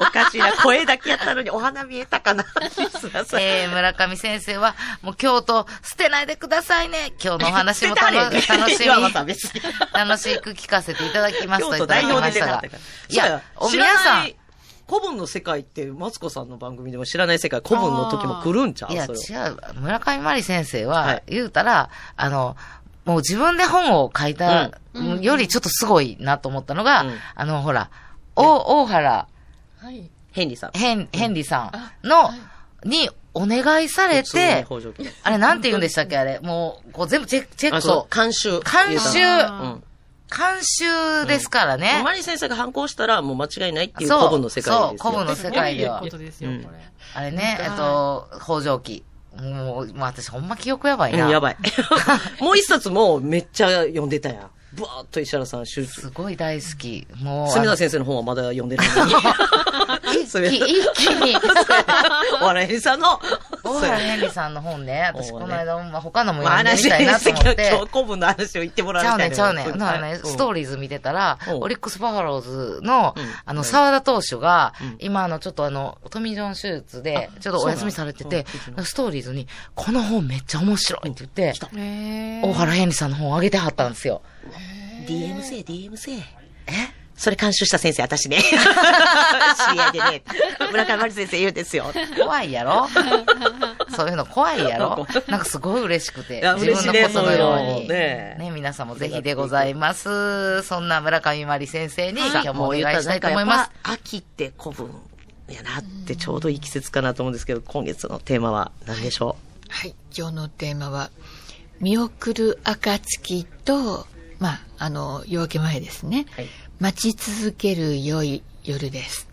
[SPEAKER 3] おかしいな。声だけやったのにお花見えた かなリスナーさん。
[SPEAKER 6] えー、村上先生は、もう京都捨てないでくださいね。今日のお話も楽
[SPEAKER 3] 捨
[SPEAKER 6] 楽
[SPEAKER 3] て
[SPEAKER 6] した
[SPEAKER 3] れ
[SPEAKER 6] み
[SPEAKER 3] 岩間さん別に、
[SPEAKER 6] 楽しく聞かせていただきます
[SPEAKER 3] 京
[SPEAKER 6] とい
[SPEAKER 3] 都
[SPEAKER 6] ただ
[SPEAKER 3] 代
[SPEAKER 6] き
[SPEAKER 3] 表
[SPEAKER 6] ま
[SPEAKER 3] 出て
[SPEAKER 6] し
[SPEAKER 3] な
[SPEAKER 6] た
[SPEAKER 3] かっ
[SPEAKER 6] が
[SPEAKER 3] たから。。
[SPEAKER 6] いや、お
[SPEAKER 3] 知ら
[SPEAKER 6] 皆さ、
[SPEAKER 3] なん
[SPEAKER 6] い
[SPEAKER 3] い古文の世界って、マツコさんの番組でも知らない世界、古文の時も来るんちゃう
[SPEAKER 6] や、
[SPEAKER 3] それは
[SPEAKER 6] 違う。村上まり先生
[SPEAKER 3] は、
[SPEAKER 6] はい言うたら、あの、もう自分で本を書いたよりちょっとすごいなと思ったのが、
[SPEAKER 3] うん
[SPEAKER 6] あの、ほら、お、大原
[SPEAKER 7] はい。
[SPEAKER 3] ヘンリーさん。
[SPEAKER 6] ヘン、ヘンリーさんの、にお願いされ
[SPEAKER 3] 普通の
[SPEAKER 6] て、
[SPEAKER 3] 北条記
[SPEAKER 6] あれなんて言うんでしたっけあれ。もう、こう全部チェック、チェッ
[SPEAKER 3] あ、
[SPEAKER 6] クを
[SPEAKER 3] そう、。監修。
[SPEAKER 6] 監修、
[SPEAKER 3] うん。
[SPEAKER 6] 監修ですからね。
[SPEAKER 3] マリ先生が反抗したら、もう間違いないっていう
[SPEAKER 6] そう
[SPEAKER 3] 古文の世界です
[SPEAKER 6] そう
[SPEAKER 3] よ。
[SPEAKER 6] 古文の世界では
[SPEAKER 7] そういうことですよ、
[SPEAKER 3] うん
[SPEAKER 7] これ。
[SPEAKER 6] あれね、えっと、北条記。もう、もう私ほんま記憶やばいな。
[SPEAKER 3] うんやば
[SPEAKER 6] い。
[SPEAKER 3] い。もう一冊もうめっちゃ読んでたやん。ぶわーっと石原さん集中。
[SPEAKER 6] すごい大好き。もう。
[SPEAKER 3] 隅
[SPEAKER 6] あ
[SPEAKER 3] 田
[SPEAKER 6] の
[SPEAKER 3] 先生の本はまだ読んでないのに。
[SPEAKER 6] 一気、一気に。
[SPEAKER 3] お笑いさんの、
[SPEAKER 6] 大原ヘンリーさんの本ね、私
[SPEAKER 3] そう
[SPEAKER 6] こ
[SPEAKER 3] ね
[SPEAKER 6] の間、まあ、他のも
[SPEAKER 3] まあ
[SPEAKER 6] 読んで
[SPEAKER 3] 話
[SPEAKER 6] みたいなと思って。
[SPEAKER 3] 今日古文の話を言ってもら
[SPEAKER 6] ちゃ
[SPEAKER 3] う
[SPEAKER 6] う
[SPEAKER 3] みたいな
[SPEAKER 6] ねん、ちゃうねん。なね、ストー
[SPEAKER 3] リー。
[SPEAKER 6] リーズ見てたら、
[SPEAKER 3] うん
[SPEAKER 6] オリックスバファローズの
[SPEAKER 3] うん、
[SPEAKER 6] あの、沢田投手が
[SPEAKER 3] ん、
[SPEAKER 6] 今、あの、ちょっとあの、トミー・ジョン手術で、ちょっと
[SPEAKER 3] そうな
[SPEAKER 6] お
[SPEAKER 3] の
[SPEAKER 6] 休みされてて
[SPEAKER 3] う、ん
[SPEAKER 6] ストーリーズに、この本めっちゃ面白いって言って、
[SPEAKER 5] へー
[SPEAKER 6] 大原ヘンリさんの本をあげてはったんですよ。
[SPEAKER 3] DM せ DM せえ。それ監修した先生、私 ね。知り合いでね。村上丸先生言うんですよ。
[SPEAKER 6] 怖いやろ そういうの怖い やろなんかすごい嬉しくて
[SPEAKER 3] いや、
[SPEAKER 6] 自分のことのよう
[SPEAKER 3] 嬉しいねそうよ
[SPEAKER 6] に。
[SPEAKER 3] ね
[SPEAKER 6] ね皆さんもぜひでございます。そんな村上まり先生に今日もお願いしたいと思います。。
[SPEAKER 3] 秋って古文やなってちょうどいい季節かなと思うんですけど、今月のテーマは何でしょ
[SPEAKER 7] はい。今日のテーマは、見送る暁と、まあ、あの、夜明け前ですね。
[SPEAKER 3] はい
[SPEAKER 7] 待ち続ける良い夜です。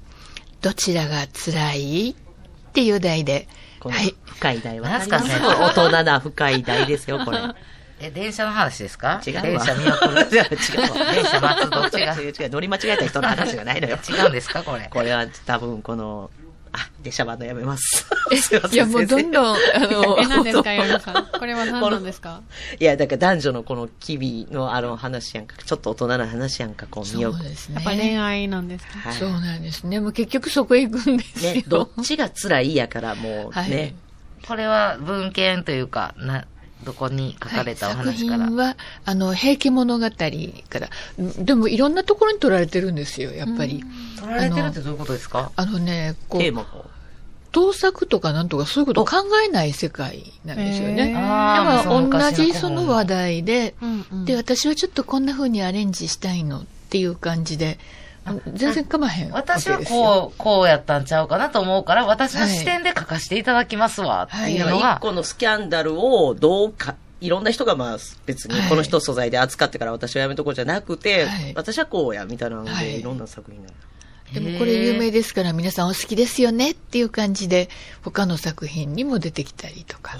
[SPEAKER 7] どちらが辛いっていう題で。
[SPEAKER 3] この
[SPEAKER 7] はい。
[SPEAKER 3] 深い題は。
[SPEAKER 4] なんすかそれ
[SPEAKER 3] すごい大人な深い題ですよ、これ。
[SPEAKER 4] え、電車の話ですか
[SPEAKER 3] 違うわ。
[SPEAKER 4] 電車見送る。
[SPEAKER 3] 違うわ。
[SPEAKER 4] 電車待つどっちが
[SPEAKER 3] 違う違う。乗り間違えた人の話じゃないのよ。
[SPEAKER 4] 違うんですかこれ。
[SPEAKER 3] これは多分この、あ、出しゃばんのやめます。 すいません。
[SPEAKER 7] いや、もうどん どん、あ
[SPEAKER 5] え、何
[SPEAKER 7] の、
[SPEAKER 5] ですか、ヨルさん。これは何なんですか
[SPEAKER 3] いや、だから男女のこの機微のあの話やんか、ちょっと大人な話やんか、こう見
[SPEAKER 7] そ
[SPEAKER 3] よう
[SPEAKER 7] う。です
[SPEAKER 5] や
[SPEAKER 7] ね
[SPEAKER 5] っ。ぱ恋愛なんですか
[SPEAKER 3] はい
[SPEAKER 7] そうなんですね。もう結局そこへ行くんですよ。
[SPEAKER 3] ね、どっちが辛いやから、もうね、
[SPEAKER 7] はい
[SPEAKER 4] これは文献というか、な、どこに書かれたお話から。
[SPEAKER 7] はい作品は、あの、平家物語から、んでもいろんなところに撮られてるんですよ、やっぱり。
[SPEAKER 4] 取られてるってどういうことですか
[SPEAKER 7] あのね、こ
[SPEAKER 3] テー
[SPEAKER 7] う、
[SPEAKER 3] マを。
[SPEAKER 7] 盗作とかなんとかそういうことを考えない世界なんですよ
[SPEAKER 5] へ
[SPEAKER 7] ね。
[SPEAKER 4] あ
[SPEAKER 7] だ
[SPEAKER 4] ー
[SPEAKER 7] から同じ
[SPEAKER 4] 昔
[SPEAKER 7] そ
[SPEAKER 4] の古文
[SPEAKER 7] の話題で、
[SPEAKER 5] うんうん
[SPEAKER 7] で、私はちょっとこんな風にアレンジしたいのっていう感じで、全然構まへんわけで
[SPEAKER 4] 私
[SPEAKER 7] すよ。
[SPEAKER 4] はこう、こうやったんちゃうかなと思うから、私の視点で書かせていただきますわ、っ
[SPEAKER 7] は
[SPEAKER 4] て
[SPEAKER 7] い
[SPEAKER 4] いうの
[SPEAKER 3] 一
[SPEAKER 4] が、
[SPEAKER 3] 個のスキャンダルをどうか、いろんな人がまあ別に
[SPEAKER 7] はい
[SPEAKER 3] この人素材で扱ってから私はやめとこうじゃなくて、
[SPEAKER 7] はい
[SPEAKER 3] 私はこうや、みたいなので、、
[SPEAKER 7] はいい
[SPEAKER 3] ろんな作品になる。
[SPEAKER 7] でもこれ有名ですから皆さんお好きですよねっていう感じで、他の作品にも出てきたりとか。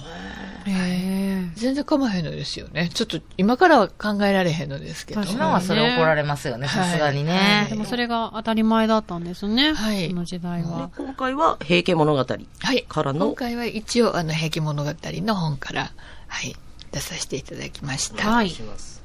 [SPEAKER 5] へ
[SPEAKER 7] 全然構わへんのですよね。ちょっと今からは考えられへんのですけど。
[SPEAKER 5] 確かに
[SPEAKER 4] 今はそれ怒られますよね、
[SPEAKER 7] はい
[SPEAKER 4] さすがに
[SPEAKER 7] は
[SPEAKER 4] ね
[SPEAKER 7] い
[SPEAKER 5] え。で。もそれが当たり前だったんですね。
[SPEAKER 7] はい
[SPEAKER 5] この時代は。
[SPEAKER 3] 今回は、平家物語
[SPEAKER 7] はい。
[SPEAKER 3] からの
[SPEAKER 7] 今回は一応、あの、平家物語の本から、はい、出させていただきました。。
[SPEAKER 5] はいい。
[SPEAKER 3] します。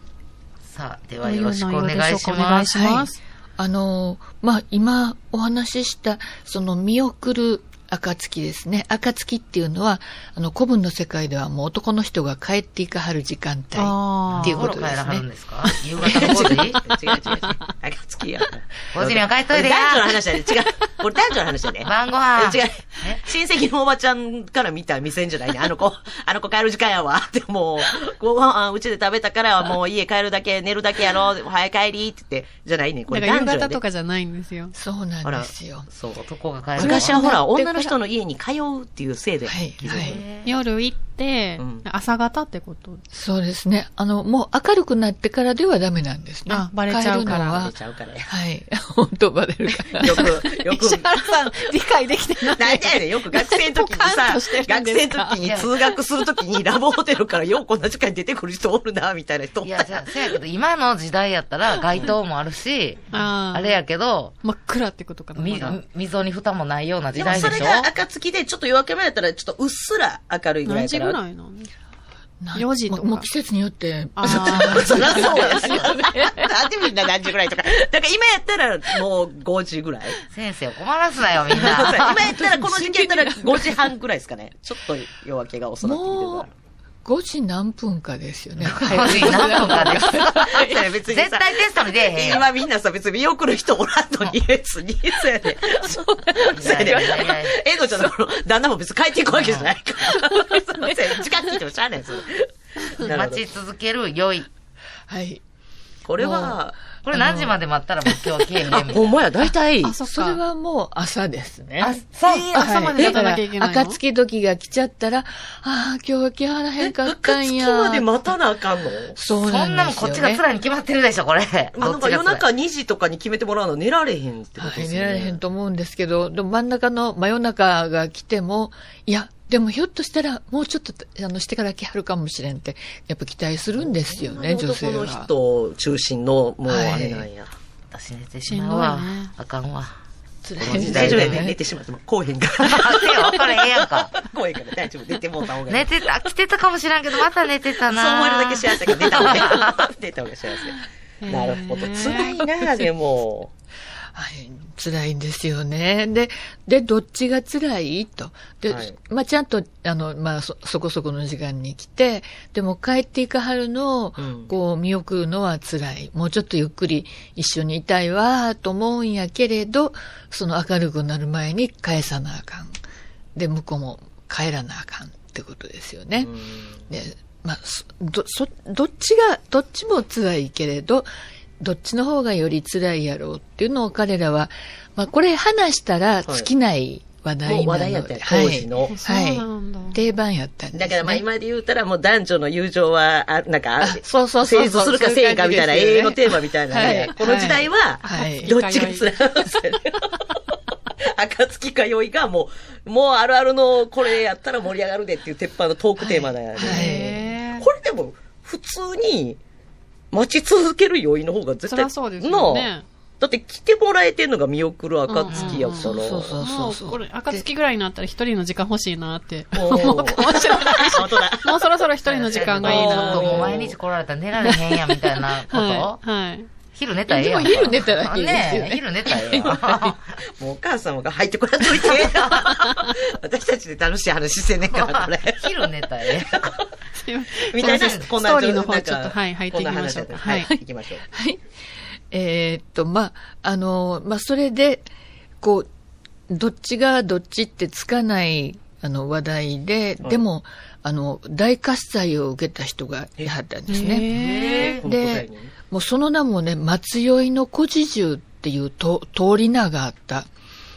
[SPEAKER 4] さあ、ではよろしくお願いし
[SPEAKER 5] どういう内容でしょうかお願
[SPEAKER 4] ま
[SPEAKER 5] いし
[SPEAKER 4] す。
[SPEAKER 5] ます
[SPEAKER 7] あのー、まあ、今お話しした、その、見送る暁ですね。暁っていうのは、あの、古文の世界ではもう男の人が帰っていかはる時間帯。
[SPEAKER 5] あ
[SPEAKER 7] ってい
[SPEAKER 4] 何
[SPEAKER 7] う
[SPEAKER 4] 頃
[SPEAKER 7] こと
[SPEAKER 4] 帰
[SPEAKER 7] ですね
[SPEAKER 4] らはるんですか夕方の5時
[SPEAKER 3] 違う違う違う。あきつきや。
[SPEAKER 4] 5時には帰っといでや
[SPEAKER 3] これ男女の話だね。違う。これ男女の話だね。
[SPEAKER 4] 晩ご飯
[SPEAKER 3] 違う。親戚のおばちゃんから見た店じゃないね。あの子、あの子帰る時間やわ。でもう、ご飯、うちで食べたから、もう家帰るだけ、寝るだけやろ。早帰りって言って、じゃないね。こ
[SPEAKER 5] だ
[SPEAKER 3] れ
[SPEAKER 5] から夕
[SPEAKER 3] 男女
[SPEAKER 5] 方
[SPEAKER 3] やで
[SPEAKER 5] と。かじゃないんですよ。
[SPEAKER 7] そうな
[SPEAKER 3] あ
[SPEAKER 7] ん
[SPEAKER 3] ら
[SPEAKER 7] ですよ。
[SPEAKER 3] そう。
[SPEAKER 4] 男が帰 るの。
[SPEAKER 3] 昔はほら、
[SPEAKER 7] そうなんだ
[SPEAKER 3] 女の人の家に通うっていうせいで。
[SPEAKER 7] はい、はい。
[SPEAKER 5] 夜行って
[SPEAKER 3] うん、
[SPEAKER 5] 朝方ってこと
[SPEAKER 7] そうですね。あの、もう明るくなってからではダメなんですね。
[SPEAKER 5] あバレちゃうから
[SPEAKER 7] 帰るの
[SPEAKER 3] バ
[SPEAKER 7] は
[SPEAKER 3] レちゃうからや。
[SPEAKER 7] はい。本当バレる から。
[SPEAKER 3] よく、よく。
[SPEAKER 5] 石原さん、理解できてない。
[SPEAKER 3] なんでやねん、よく学生の時に
[SPEAKER 5] ポカン
[SPEAKER 3] さ
[SPEAKER 5] として、るん
[SPEAKER 3] 学
[SPEAKER 5] です
[SPEAKER 3] 生
[SPEAKER 5] か
[SPEAKER 3] の時に通学する時にラブホテルからようこんな時間に出てくる人おるな、みたいな人おっ
[SPEAKER 4] い
[SPEAKER 3] た
[SPEAKER 4] や、じゃあ、せやけど、今の時代やったら街灯もあるし、
[SPEAKER 5] あ
[SPEAKER 4] あれ
[SPEAKER 5] れ
[SPEAKER 4] やけど、
[SPEAKER 5] 真っ暗ってことかな。
[SPEAKER 4] み
[SPEAKER 5] まだ、
[SPEAKER 4] 溝に蓋もないような時
[SPEAKER 3] でも
[SPEAKER 4] 代
[SPEAKER 3] そ
[SPEAKER 4] で
[SPEAKER 3] れ
[SPEAKER 4] しょ
[SPEAKER 3] が暁で、ちょっと夜明け前やったら、ちょっとうっすら明るいぐら
[SPEAKER 5] 何
[SPEAKER 3] いか
[SPEAKER 5] 時ぐ
[SPEAKER 3] ら。
[SPEAKER 5] らいなんですか
[SPEAKER 7] な
[SPEAKER 5] 4時とか
[SPEAKER 7] もうもう季節によって、
[SPEAKER 5] あ
[SPEAKER 3] そりゃそうやすよね。なんでみんな何時ぐらいとか。だから今やったらもう5時ぐらい。
[SPEAKER 4] 先生を困らすなよ、みん
[SPEAKER 3] 今やっ
[SPEAKER 4] な。
[SPEAKER 3] たらこの時期や ったら5時半ぐらいですかね。ちょっと夜明けが遅なってきてる
[SPEAKER 7] も
[SPEAKER 3] か
[SPEAKER 7] う5時何分かですよね。
[SPEAKER 4] 5時何分かです。
[SPEAKER 3] ら。 それ別にさ
[SPEAKER 4] 絶対テストに出えへんよ。
[SPEAKER 3] 今みんなさ、別に見送る人おらんのに、別に。そうやね。そうや
[SPEAKER 4] いやいやいや
[SPEAKER 3] ね。エドちゃんのこの旦那も別に帰っていくわけじゃないから。 そうやね時間聞いてもしゃあないです。なるほど
[SPEAKER 4] 待ち続ける良い。
[SPEAKER 7] はい。
[SPEAKER 3] これは、
[SPEAKER 4] これ何時まで待ったらもう今日消えへんみたいな。
[SPEAKER 3] ほんまや、大体
[SPEAKER 5] あ、。そっ
[SPEAKER 7] それ
[SPEAKER 5] か。
[SPEAKER 7] はもう朝ですね。
[SPEAKER 4] あ、そう。
[SPEAKER 5] えー朝まで
[SPEAKER 7] だ
[SPEAKER 5] 待た
[SPEAKER 7] か
[SPEAKER 5] な
[SPEAKER 7] ら
[SPEAKER 5] きゃいけないの
[SPEAKER 7] 暁時が来ちゃったら、ああ、今日は気張らへんかったんや。
[SPEAKER 3] 暁まで待たなあかんの
[SPEAKER 7] そう
[SPEAKER 4] そ
[SPEAKER 7] なんですよ、ね。
[SPEAKER 4] んなもんこっちが辛いに決まってるでしょ、これ。
[SPEAKER 3] まあ
[SPEAKER 4] どっ
[SPEAKER 3] なんか
[SPEAKER 4] ちが
[SPEAKER 3] 夜
[SPEAKER 4] 辛
[SPEAKER 3] 中
[SPEAKER 4] い。
[SPEAKER 3] 2時とかに決めてもらうの寝られへんってこ
[SPEAKER 7] は
[SPEAKER 3] とで
[SPEAKER 7] い、
[SPEAKER 3] す
[SPEAKER 7] 寝
[SPEAKER 3] よ
[SPEAKER 7] られ
[SPEAKER 3] ね。
[SPEAKER 7] へんと思うんですけど、でも真ん中の、真夜中が来ても、いや、でもひょっとしたら、もうちょっと、あの、してから来はるかもしれんって、やっぱ期待するんですよね、女性
[SPEAKER 3] 男の
[SPEAKER 7] は。
[SPEAKER 3] 人を中心の、もうあれなんや。
[SPEAKER 4] 私寝てしまうわ
[SPEAKER 5] しんどいね。
[SPEAKER 4] あかんわ。
[SPEAKER 7] 辛い ですね
[SPEAKER 3] 大丈夫やね。寝てしまっても、こうへんか
[SPEAKER 4] あ
[SPEAKER 3] ら。
[SPEAKER 4] せよ、これええやんか。
[SPEAKER 3] こうへんから大丈夫。寝てもうた方がいい。
[SPEAKER 4] 寝てた、来てたかもしらんけど、また寝てたな。
[SPEAKER 3] そう思えるだけ幸せが出たわね。出た方が幸 せ。なるほど。辛いな、でも。
[SPEAKER 7] はい、辛いんですよね。で、で、どっちが辛いと。で、
[SPEAKER 3] はい
[SPEAKER 7] まあ、ちゃんと、あの、まあ、そ、そこそこの時間に来て、でも帰っていかはるのを、
[SPEAKER 3] うん
[SPEAKER 7] こう、見送るのは辛い。もうちょっとゆっくり一緒にいたいわ、と思うんやけれど、その明るくなる前に返さなあかん。で、向こうも帰らなあかんってことですよね。ね、まあ、そど、そ、どっちが、どっちも辛いけれど、どっちの方がより辛いやろうっていうのを彼らは、まあ、これ話したら尽きない話題
[SPEAKER 3] もう
[SPEAKER 7] なので
[SPEAKER 3] 話題やったよ、
[SPEAKER 7] はい
[SPEAKER 3] 当時の。
[SPEAKER 5] そうなんだ
[SPEAKER 7] はい。定番やったんです、ね。
[SPEAKER 3] だからまあ今で言うたらもう男女の友情は、あなんか、
[SPEAKER 7] そうそうそ
[SPEAKER 3] 成
[SPEAKER 7] う
[SPEAKER 3] 立するか
[SPEAKER 7] そうい
[SPEAKER 3] せ
[SPEAKER 7] う
[SPEAKER 3] えんかみたいな
[SPEAKER 7] 感じですよね
[SPEAKER 3] 永遠のテーマみたいな
[SPEAKER 7] は
[SPEAKER 3] ね
[SPEAKER 7] い。
[SPEAKER 3] この時代は
[SPEAKER 7] はい、
[SPEAKER 3] どっちがつらいですよね暁か酔いがもう、もうあるあるのこれやったら盛り上がるでっていう鉄板のトークテーマだよね。
[SPEAKER 5] へー
[SPEAKER 3] これでも普通に待ち続ける酔いの方が絶
[SPEAKER 5] そ
[SPEAKER 3] 対、
[SPEAKER 5] りゃそうですよね。
[SPEAKER 3] だって来てもらえてんのが見送る暁やから。
[SPEAKER 7] そうそうそう
[SPEAKER 5] も
[SPEAKER 7] そううそう。
[SPEAKER 5] これ、暁ぐらいになったら一人の時間欲しいなって。
[SPEAKER 3] もう、かもしれない。本当だ。
[SPEAKER 5] もうそろそろ一人の時間がいいな
[SPEAKER 4] ちょっともう
[SPEAKER 5] は
[SPEAKER 4] 毎日来られたら寝られへんやみたいなこと、
[SPEAKER 5] い。はい。
[SPEAKER 4] 昼寝たらええやんか。
[SPEAKER 7] でも昼寝たらいいですよね
[SPEAKER 4] え昼寝たらええやん。
[SPEAKER 3] もうお母様が入ってこらんといて。私たちで楽しい話してんねんから、これ。
[SPEAKER 4] 昼寝たら ええやん。
[SPEAKER 5] すいません
[SPEAKER 3] みたいな、
[SPEAKER 5] すいません
[SPEAKER 3] こん
[SPEAKER 5] ス
[SPEAKER 3] な
[SPEAKER 5] トーリーの
[SPEAKER 3] な
[SPEAKER 5] 方
[SPEAKER 3] んか
[SPEAKER 5] ちょっと、はい、入っていき
[SPEAKER 3] こんな
[SPEAKER 5] ましょうか。
[SPEAKER 3] 話だ
[SPEAKER 5] は
[SPEAKER 3] った
[SPEAKER 5] い
[SPEAKER 3] はい、。行きましょう。
[SPEAKER 7] はい。えーっと、まあ、あの、まあ、それで、こう、どっちがどっちってつかない、あの、話題で、
[SPEAKER 3] はい
[SPEAKER 7] でも、あの、大喝采を受けた人がいはったんですね。
[SPEAKER 5] へ
[SPEAKER 3] 本当だ
[SPEAKER 7] で
[SPEAKER 3] よね、
[SPEAKER 7] もうその名もね、松酔いの小侍従っていうと通り名があったっ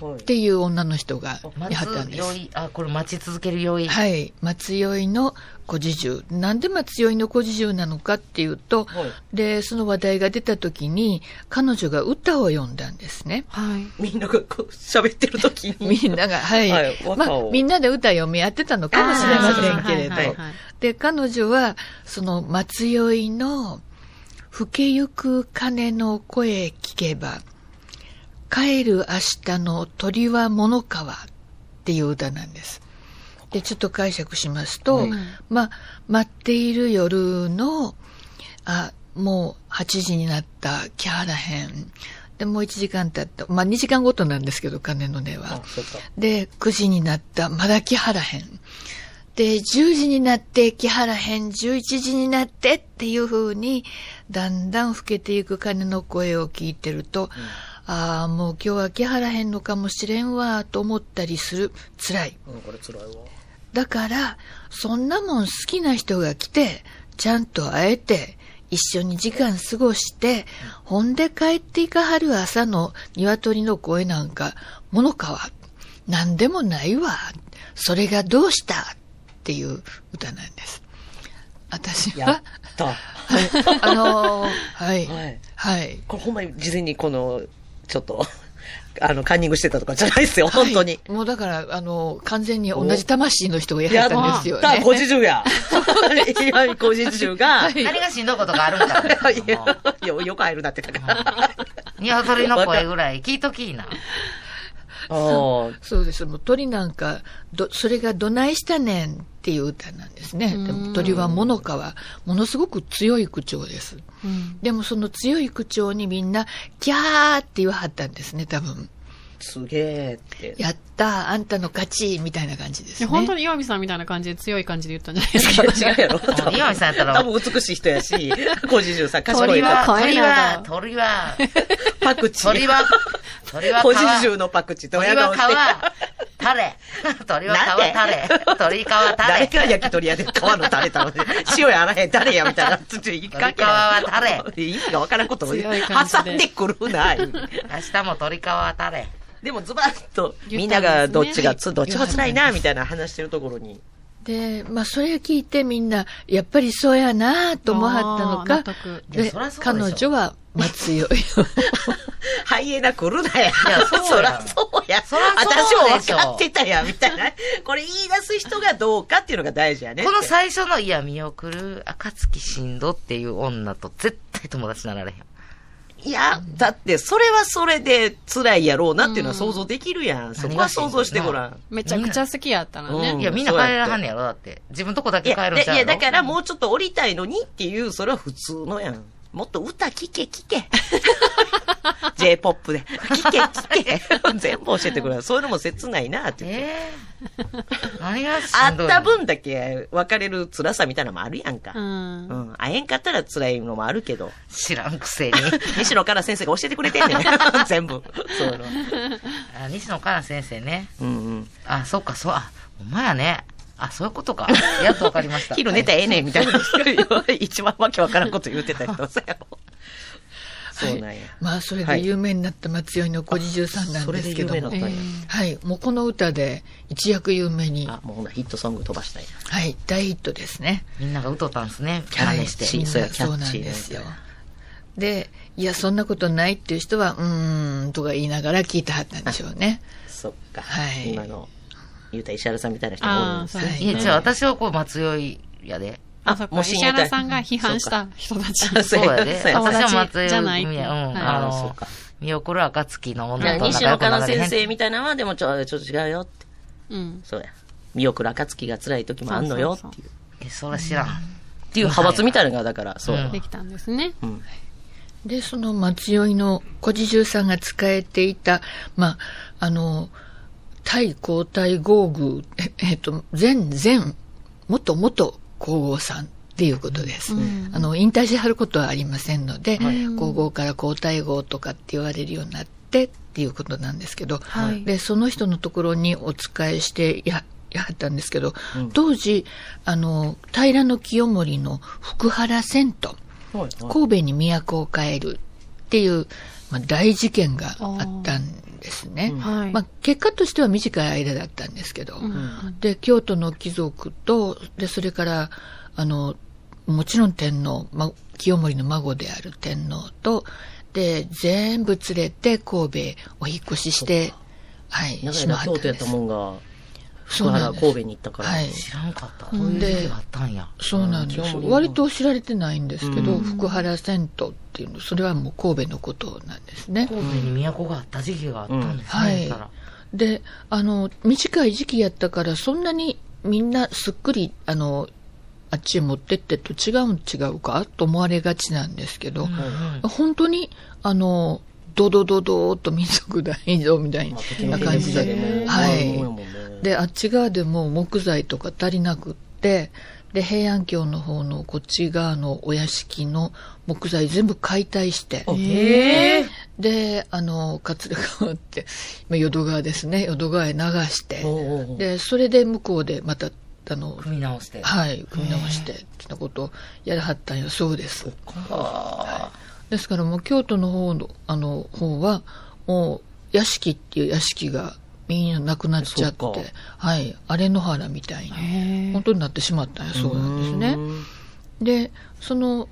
[SPEAKER 3] はい
[SPEAKER 7] ていう女の人がいはったん
[SPEAKER 4] 待つ
[SPEAKER 7] です
[SPEAKER 4] 酔。い、あ、これ待ち続ける酔い。
[SPEAKER 7] はい。松酔いの小侍従。なんで松酔いの小侍従なのかっていうと、
[SPEAKER 3] はい
[SPEAKER 7] で、その話題が出た時に、彼女が歌を読んだんですね。
[SPEAKER 5] はい。
[SPEAKER 3] みんながこう喋ってる時に。
[SPEAKER 7] みんなが、はい。
[SPEAKER 3] はい
[SPEAKER 7] ま
[SPEAKER 3] 和歌
[SPEAKER 7] あ
[SPEAKER 3] を、
[SPEAKER 7] みんなで歌読み合ってたのかもしれませんけれど
[SPEAKER 5] はいはいはい。
[SPEAKER 7] で、彼女は、その、松酔いの、吹けゆく鐘の声聞けば、帰る明日の鳥は物川っていう歌なんです。で、ちょっと解釈しますと、まあ、待っている夜の、あ、もう8時になった、キャラへん。で、もう1時間経った。まあ、2時間ごとなんですけど、鐘の音は
[SPEAKER 3] あ。そうか
[SPEAKER 7] で、9時になった、まだ来はらへん。で、10時になって来はらへん、11時になってっていう風に、だんだん老けていく鐘の声を聞いてると、ああ、もう今日は来はらへんのかもしれんわ、と思ったりする。辛い。
[SPEAKER 3] うんこれ辛いわ。
[SPEAKER 7] だから、そんなもん好きな人が来て、ちゃんと会えて、一緒に時間過ごして、ほんで帰っていかはる朝の鶏の声なんか、ものかは、なんでもないわ。それがどうしたっていう歌なんです。私
[SPEAKER 3] やっ
[SPEAKER 7] は、
[SPEAKER 3] た。は
[SPEAKER 7] あ のーはい、
[SPEAKER 3] い。
[SPEAKER 7] はい。
[SPEAKER 3] これほんまに事前にこの、ちょっと、 あの、カンニングしてたとかじゃないですよ、本当に
[SPEAKER 7] は。いもうだから、あのー完全に同じ魂の人がや
[SPEAKER 3] や
[SPEAKER 7] っ
[SPEAKER 3] った
[SPEAKER 7] んですよ、ね。
[SPEAKER 3] た、ご自重や。今井ご自重が、
[SPEAKER 4] あれがしんどいことがあるんだから。
[SPEAKER 3] いや よ、よく入るなってたから。
[SPEAKER 4] 鶏の声ぐらい聞いときいな。
[SPEAKER 3] あ
[SPEAKER 7] そうです。もう鳥なんか、ど、それがどないしたねんっていう歌なんですね。でも鳥はものかは、ものすごく強い口調です。
[SPEAKER 5] うん
[SPEAKER 7] でもその強い口調にみんな、キャーって言わはったんですね、多分。
[SPEAKER 3] すげーって。
[SPEAKER 7] やったー、あんたの勝ちみたいな感じです
[SPEAKER 5] で
[SPEAKER 7] ね。
[SPEAKER 5] 本当に岩見さんみたいな感じで強い感じで言ったんじゃないですか。
[SPEAKER 3] 違うや ろ。
[SPEAKER 4] 岩見さんやったら
[SPEAKER 3] 多分美しい人やし、ご自重さん賢い
[SPEAKER 4] 鳥は、
[SPEAKER 3] わ。
[SPEAKER 5] 声
[SPEAKER 4] 鳥
[SPEAKER 5] な
[SPEAKER 4] は
[SPEAKER 5] ん、だ
[SPEAKER 4] 鳥は、
[SPEAKER 3] パクチー。
[SPEAKER 4] 鳥は、鳥は
[SPEAKER 3] ご
[SPEAKER 4] 川、
[SPEAKER 3] 自重のパクチーと
[SPEAKER 4] 鳥は川、タレ。 鳥は川、タレ。鳥川、タ
[SPEAKER 3] 誰
[SPEAKER 4] レ。
[SPEAKER 3] が焼き鳥屋で皮のタレ食 べて、塩やあらへん、誰やみたいな。ちょっといいかけない
[SPEAKER 4] 鳥皮は
[SPEAKER 3] 意味がわからんことを言う
[SPEAKER 5] 強い感じで
[SPEAKER 3] 挟んでくるな。言う
[SPEAKER 4] 明日も鳥川、タレ。
[SPEAKER 3] でもズバッと、
[SPEAKER 5] 言
[SPEAKER 3] み
[SPEAKER 5] っ
[SPEAKER 3] ん
[SPEAKER 5] た
[SPEAKER 3] なん
[SPEAKER 5] ですね
[SPEAKER 3] がどっちがつ、どっちが辛いな、みたいな話してるところ に。
[SPEAKER 7] で、まあ、それ聞いてみんな、やっぱりそうやなーと思わはったの
[SPEAKER 5] あー納
[SPEAKER 7] か
[SPEAKER 5] 得。
[SPEAKER 4] い
[SPEAKER 7] で
[SPEAKER 4] やそら、そうでしょ
[SPEAKER 7] 彼女は、まあ、強い。
[SPEAKER 3] ハイエナ来るなや。
[SPEAKER 4] やそうや
[SPEAKER 3] そらそうや。
[SPEAKER 4] そら
[SPEAKER 3] 私
[SPEAKER 4] そう
[SPEAKER 3] も
[SPEAKER 4] でし
[SPEAKER 3] 分
[SPEAKER 4] ょ
[SPEAKER 3] かってたや、みたいな。これ言い出す人がどうかっていうのが大事やね。
[SPEAKER 4] この最初の、いや、見送る、暁しんどっていう女と絶対友達になられへん。
[SPEAKER 3] いや、だって、それはそれで辛いやろうなっていうのは想像できるやん。そこは想像してごらん。
[SPEAKER 5] めちゃくちゃ好きやったら
[SPEAKER 3] うん
[SPEAKER 5] ね。
[SPEAKER 4] いや、みんな帰らはんねやろ、だって。自分とこだ
[SPEAKER 3] い
[SPEAKER 4] け帰
[SPEAKER 3] や、
[SPEAKER 4] るん
[SPEAKER 3] で
[SPEAKER 4] ちゃう
[SPEAKER 3] い
[SPEAKER 4] や
[SPEAKER 3] や
[SPEAKER 4] ろ
[SPEAKER 3] だからもうちょっと降りたいのにっていう、それは普通のやん。もっと歌聞け 聞け。J-POP で。聞け 聞け。全部教えてくれ。そういうのも切ないなって言って。
[SPEAKER 4] ええ何がし
[SPEAKER 3] あ
[SPEAKER 4] ん
[SPEAKER 3] っ
[SPEAKER 4] どいの
[SPEAKER 3] た分だけ別れる辛さみたいなのもあるやんか。
[SPEAKER 5] うん
[SPEAKER 3] うん。会えんかったら辛いのもあるけど。
[SPEAKER 4] 知らんくせに。
[SPEAKER 3] 西野カナ先生が教えてくれてんね ん。全部。そういうの。
[SPEAKER 4] あ西野カナ先生ね。
[SPEAKER 3] うんうん。
[SPEAKER 4] あ、そっか、そう、あ、ほんまやね。あ、そういうことか。やっとわかり ました。
[SPEAKER 3] 昼寝たらええねんみたいな。一番わけわからんこと言うてた人。そうやろそうなんや。
[SPEAKER 7] まあ、それで有名になった松代の小次十さんなんですけども
[SPEAKER 3] それで有名になった。んや
[SPEAKER 7] はい。もうこの歌で一躍有名に、
[SPEAKER 3] あ、もうほなヒットソング飛ばしたいな。
[SPEAKER 7] はい。大ヒットですね。
[SPEAKER 4] みんなが歌ったんですね。キャ
[SPEAKER 7] は
[SPEAKER 4] ラ
[SPEAKER 7] い
[SPEAKER 4] にして。
[SPEAKER 3] チー
[SPEAKER 7] みん
[SPEAKER 3] そうや
[SPEAKER 7] なそうなん
[SPEAKER 3] キャッチーな
[SPEAKER 7] ですよ。で、いや、そんなことないっていう人は、うーん、とか言いながら聞いてはったんでしょうね。
[SPEAKER 3] そっか。
[SPEAKER 7] はい
[SPEAKER 3] 今の、言うたら石原さんみたいな人もおるん
[SPEAKER 5] ああ、
[SPEAKER 3] です
[SPEAKER 5] そ
[SPEAKER 3] ね
[SPEAKER 5] うです
[SPEAKER 4] い
[SPEAKER 5] ね。
[SPEAKER 4] や、違う、私はこう、松酔いやで。
[SPEAKER 5] あ、そっか。
[SPEAKER 3] もう親
[SPEAKER 5] 石
[SPEAKER 3] 友
[SPEAKER 5] 原
[SPEAKER 3] 隊
[SPEAKER 5] さんが批判した人たち。
[SPEAKER 3] あ
[SPEAKER 4] そうやで。
[SPEAKER 3] そうや
[SPEAKER 4] 私は
[SPEAKER 5] 友
[SPEAKER 4] 松
[SPEAKER 5] 達
[SPEAKER 4] 酔
[SPEAKER 5] じゃ
[SPEAKER 4] い
[SPEAKER 5] ない
[SPEAKER 4] 組や。うん。
[SPEAKER 5] はい
[SPEAKER 4] あ
[SPEAKER 3] ああ、そう
[SPEAKER 4] の
[SPEAKER 3] か。、
[SPEAKER 4] 見送る暁の
[SPEAKER 3] だ
[SPEAKER 4] 女
[SPEAKER 3] から
[SPEAKER 4] と
[SPEAKER 3] 西
[SPEAKER 4] 仲良
[SPEAKER 3] 野
[SPEAKER 4] くなら
[SPEAKER 3] カナ
[SPEAKER 4] れへん
[SPEAKER 3] 先生みたいなのは、でもちょちょっと違うよって。
[SPEAKER 5] うん。
[SPEAKER 3] そうや。見送る暁が辛い時もあんのよっていう。
[SPEAKER 5] そうそう
[SPEAKER 4] えそら知らん。
[SPEAKER 3] っていう派閥みたいなのが、だから、そう。
[SPEAKER 4] うん
[SPEAKER 5] できたんですね。
[SPEAKER 3] うん
[SPEAKER 7] で、その松酔いの小次十さんが使えていた、まあ、あの、対抗体合具、ええっと、前前、元元皇后さんっていうことです。
[SPEAKER 5] うん
[SPEAKER 7] あの、引退しはることはありませんので、皇后から皇太后とかって言われるようになってっていうことなんですけど、
[SPEAKER 5] はい
[SPEAKER 7] で、その人のところにお使いしてや、やはったんですけど、当時、あの、平清盛の福原遷都、
[SPEAKER 3] はい
[SPEAKER 7] 神戸に都を変えるっていう、まあ、大事件があったんですね。
[SPEAKER 5] はい。
[SPEAKER 7] まあ、結果としては短い間だったんですけど、
[SPEAKER 5] うん
[SPEAKER 7] で、京都の貴族と、で、それから、あの、もちろん天皇、ま、清盛の孫である天皇と、で、全部連れて神戸お引っ越しして、はい、
[SPEAKER 3] 長い
[SPEAKER 7] しま
[SPEAKER 3] 間
[SPEAKER 7] は
[SPEAKER 3] 京都やったもんが、福原神戸に行ったから。
[SPEAKER 7] はい。
[SPEAKER 4] 知らんかった。こういう時があったんや。
[SPEAKER 7] そうなんです
[SPEAKER 3] う。ん
[SPEAKER 7] 割と知られてないんですけど、
[SPEAKER 3] うん
[SPEAKER 7] 福原銭湯っていうの、それはもう神戸のことなんですね。
[SPEAKER 4] 神戸に都があった時期があったんですね。
[SPEAKER 7] は
[SPEAKER 4] 言
[SPEAKER 7] い
[SPEAKER 4] ったら。
[SPEAKER 7] で、あの、短い時期やったから、そんなにみんなすっくり、あの、あっちへ持ってってと違うん違うかと思われがちなんですけど、本当に、あの、ドドドドーっと民族大移みたいな感じで、はい。
[SPEAKER 3] で、
[SPEAKER 7] で、あっち側でもう木材とか足りなくって、で、平安京の方のこっち側のお屋敷の木材全部解体して、で、あの、桂川って、まあ淀川ですね、淀川へ流して、で、それで向こうでまた、あの、
[SPEAKER 4] 組み直して。
[SPEAKER 7] はい、組み直して、ってなことをやらはったんよ、そうです。はいですからもう京都の方の、あの、方は、もう、屋敷っていう屋敷がみんななくなっちゃっ
[SPEAKER 3] そうか
[SPEAKER 7] て、はい、荒れ野原みたいに、本当になってしまったんや、そうなんですね。で、その、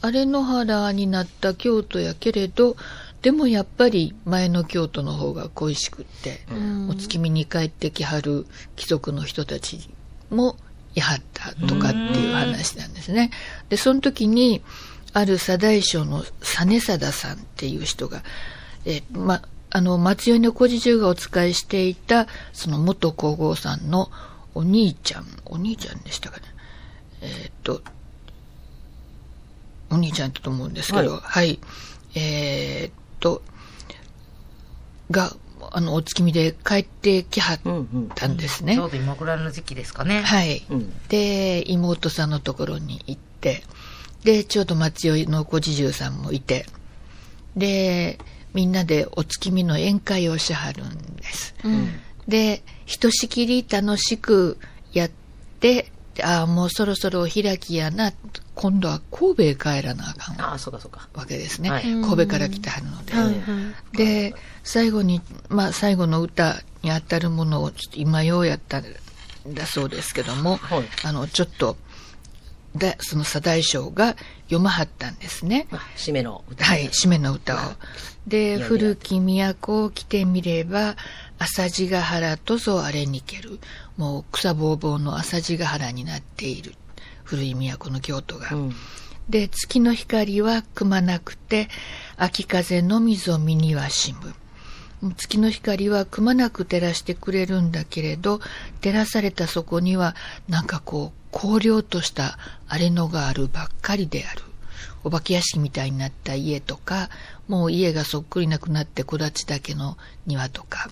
[SPEAKER 7] 荒れ野原になった京都やけれど、でもやっぱり前の京都の方が恋しくって、お月見に帰ってきはる貴族の人たちもやはったとかっていう話なんですね。で、その時に、ある左大将の実貞さんっていう人が、えーま、あの、松代の小路中がお使いしていた、その元皇后さんのお兄ちゃん、お兄ちゃんでしたかね。えーっと、お兄ちゃんだと思うんですけど、はい。えーっと、が、あの、お月見で帰ってきはっ
[SPEAKER 3] うんうん。
[SPEAKER 7] たんですね。
[SPEAKER 4] ちょうど今ぐらいの時期ですかね。
[SPEAKER 7] はい。
[SPEAKER 3] うん
[SPEAKER 7] で、妹さんのところに行って、で、ちょうど松代の小次十さんもいて、で、みんなでお月見の宴会をしはるんです。で、ひとしきり楽しくやって、ああ、もうそろそろお開きやな、今度は神戸へ帰らなあかん
[SPEAKER 3] ああ、そうかそうか。
[SPEAKER 7] わけですね。
[SPEAKER 3] はい
[SPEAKER 7] 神戸から来てはるので。
[SPEAKER 5] はいはい
[SPEAKER 7] で、最後に、まあ、最後の歌にあたるものを、ちょっと今ようやったんだそうですけども、
[SPEAKER 3] はい
[SPEAKER 7] あの、ちょっと、だその左大将が読まはったんですね。
[SPEAKER 3] あ締めの歌。
[SPEAKER 7] はい、締めの歌を。で、
[SPEAKER 3] いや
[SPEAKER 7] 古き都を来てみれば、朝地ヶ原とぞあれにける。もう草ぼうぼうの朝地ヶ原になっている。古い都の京都が。
[SPEAKER 3] うん。
[SPEAKER 7] で、月の光はくまなくて、秋風のみぞ身にはしむ。月の光はくまなく照らしてくれるんだけれど、照らされたそこには、なんかこう、荒涼とした荒れ野があるばっかりである。お化け屋敷みたいになった家とか、もう家がそっくりなくなって木立だけの庭とか、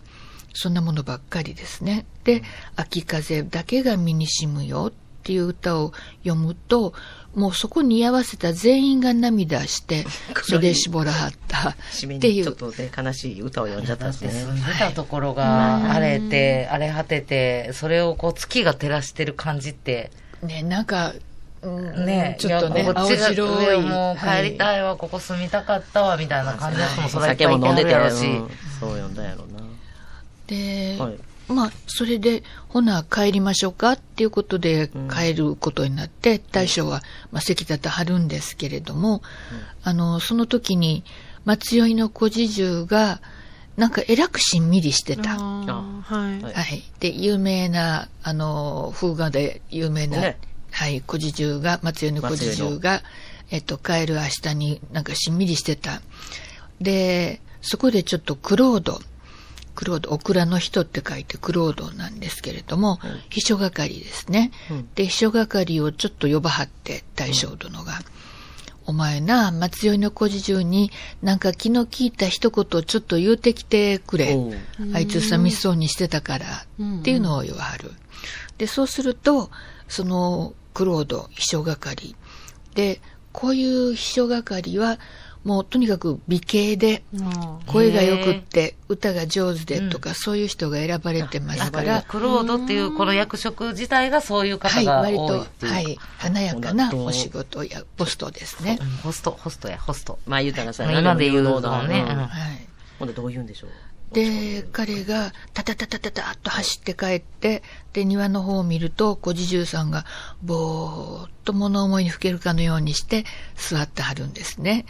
[SPEAKER 7] そんなものばっかりですね。で、秋風だけが身に染むよっていう歌を読むと、もうそこに居合わせた全員が涙 して、袖絞らはった
[SPEAKER 3] 締め
[SPEAKER 7] ってい
[SPEAKER 3] に
[SPEAKER 7] う
[SPEAKER 3] ちょっとね、悲しい歌を読んじゃったんです
[SPEAKER 4] で
[SPEAKER 3] ね
[SPEAKER 4] 住ん。でたところが荒れて、荒れ果てて、それをこう月が照らしてる感じって、
[SPEAKER 7] ね、なんか、うん
[SPEAKER 4] ね
[SPEAKER 7] ちょっとね
[SPEAKER 4] いや、こっ
[SPEAKER 7] 青
[SPEAKER 4] ちが
[SPEAKER 7] 白い。
[SPEAKER 4] もう帰り
[SPEAKER 7] は
[SPEAKER 4] たいわ、ここ住みたかったわ、みたいな感じの人もそれはいっ
[SPEAKER 3] 酒
[SPEAKER 4] ぱいい
[SPEAKER 3] も飲ん
[SPEAKER 4] て
[SPEAKER 3] で
[SPEAKER 4] る
[SPEAKER 3] て
[SPEAKER 4] や
[SPEAKER 3] や
[SPEAKER 4] ろ
[SPEAKER 3] ろ
[SPEAKER 4] うし。
[SPEAKER 3] そう呼んだやろう
[SPEAKER 7] で、
[SPEAKER 3] な。はい。
[SPEAKER 7] まあ、それで、ほな、帰りましょうかっていうことで
[SPEAKER 3] うん
[SPEAKER 7] 帰ることになって、大将は、まあ、席立てはるんですけれども、あの、その時に、松酔いの小侍従が、なんか、えらくしんみりしてた。は
[SPEAKER 5] あーはい。
[SPEAKER 3] はい
[SPEAKER 7] い。で、有名な、あの、風画で有名な、
[SPEAKER 3] ね
[SPEAKER 7] はい、小侍従が、松酔いの小侍従が、えっと、帰る明日になんかしんみりしてた。で、そこでちょっとクロード、クロード、オクラの人って書いてクロードなんですけれども、秘書係ですね。
[SPEAKER 3] うん
[SPEAKER 7] で、秘書係をちょっと呼ばはって、大将殿が。お前な、松酔いの小侍従になんか気の利いた一言をちょっと言うてきてくれ
[SPEAKER 3] おう。
[SPEAKER 7] あいつ寂しそうにしてたからっていうのを言わはる。で、そうすると、その、クロード、秘書係。で、こういう秘書係は、もうとにかく美形で、
[SPEAKER 5] あ
[SPEAKER 7] 声が良くって、歌が上手でとか、そういう人が選ばれてますか
[SPEAKER 4] あ
[SPEAKER 7] ら、
[SPEAKER 4] クロードっていうこの役職自体がそういう
[SPEAKER 7] は
[SPEAKER 4] 方
[SPEAKER 7] い、
[SPEAKER 4] が
[SPEAKER 7] 割
[SPEAKER 4] 多い
[SPEAKER 7] と
[SPEAKER 4] って、いう。
[SPEAKER 7] はい、華やか
[SPEAKER 3] ほ
[SPEAKER 7] な
[SPEAKER 3] んと
[SPEAKER 7] お仕事やポストですね
[SPEAKER 4] う。んホスト、ホストや、ホスト。
[SPEAKER 3] まあ言うたらさ、
[SPEAKER 4] 今で言うの
[SPEAKER 3] だ
[SPEAKER 4] ねうん
[SPEAKER 7] はい。
[SPEAKER 3] ほんでどう言うんでしょう。
[SPEAKER 7] で、彼が、タタタタタタッと走って帰って、で、庭の方を見ると、小侍従さんが、ぼーっと物思いにふけるかのようにして、座ってはるんですね。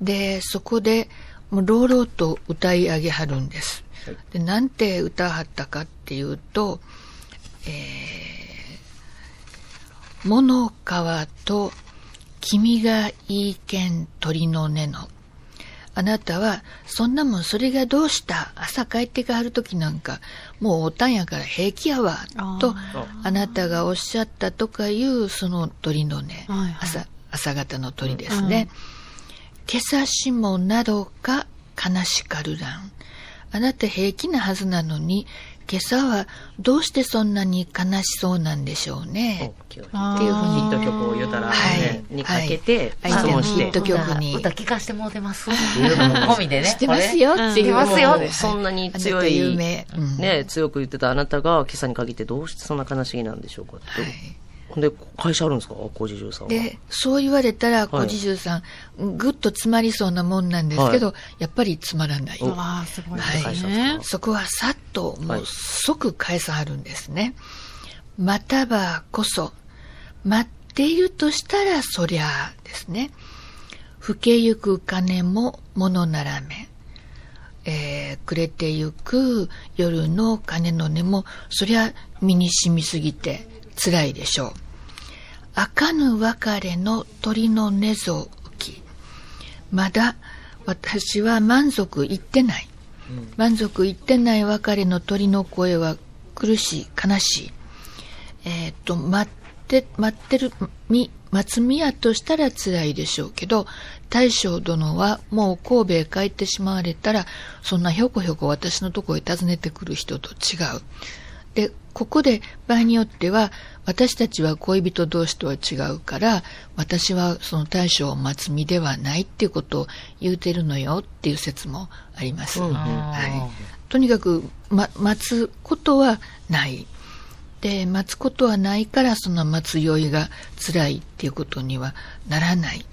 [SPEAKER 7] で、そこで、もう、朗々と歌い上げはるんです。で、なんて歌はったかっていうと、えー、物川と、君がいい剣鳥の根の、あなたは、そんなもんそれがどうした朝帰ってかはるときなんか、もうおたんやから平気やわ、と、あなたがおっしゃったとかいう、その鳥のね、
[SPEAKER 5] はいはい
[SPEAKER 7] 朝、朝方の鳥ですね。けさしもなどか悲しかるらん。あなた平気なはずなのに、今朝はどうしてそんなに悲しそうなんでしょうね。
[SPEAKER 3] っていうヒ
[SPEAKER 5] あー
[SPEAKER 3] ット曲を言うたら、ね
[SPEAKER 7] はい
[SPEAKER 3] にかけて、
[SPEAKER 7] はい
[SPEAKER 3] 質問
[SPEAKER 7] 相
[SPEAKER 3] し
[SPEAKER 7] 手の
[SPEAKER 3] て
[SPEAKER 7] ヒッ。ト曲に
[SPEAKER 4] 歌、歌聞かしてもうてます。
[SPEAKER 3] いうのも
[SPEAKER 4] 込みでね。
[SPEAKER 7] 知ってますよっていう。
[SPEAKER 4] うん知ってますよ
[SPEAKER 7] はい
[SPEAKER 3] そんなに強
[SPEAKER 7] あなた
[SPEAKER 3] い
[SPEAKER 7] 有名。うん
[SPEAKER 3] ね、強く言ってたあなたが、今朝に限ってどうしてそんな悲しみなんでしょうかって。
[SPEAKER 7] はい
[SPEAKER 3] ほんで、会社あるんですか小次郎さんは。
[SPEAKER 7] で、そう言われたら、小侍従さん、ぐっと詰まりそうなもんなんですけど、やっぱりつまらない。
[SPEAKER 5] ーわあ、すごい
[SPEAKER 7] は
[SPEAKER 5] で
[SPEAKER 7] い
[SPEAKER 5] すね。
[SPEAKER 7] そこはさっと、も
[SPEAKER 3] は
[SPEAKER 7] う
[SPEAKER 3] い
[SPEAKER 7] 即返さはるんですね。またばこそ、待っているとしたらそりゃあですね。老けゆく金も物ならめ。えー暮れてゆく夜の鐘の音も、そりゃ身に染みすぎて辛いでしょう。あかぬ別れの鳥の根ぞ浮き。まだ私は満足いってない。満足いってない別れの鳥の声は苦しい、悲しい。えーっと、待って、待ってる、み、待つみやとしたら辛いでしょうけど、大将殿はもう神戸へ帰ってしまわれたら、そんなひょこひょこ私のとこへ訪ねてくる人と違う。で、ここで場合によっては、私たちは恋人同士とは違うから、私はその大将を待つ身ではないっていうことを言うてるのよっていう説もあります。
[SPEAKER 3] うんうん
[SPEAKER 7] はい、とにかく、ま、待つことはない。で、待つことはないから、その待つ酔いが辛いっていうことにはならない。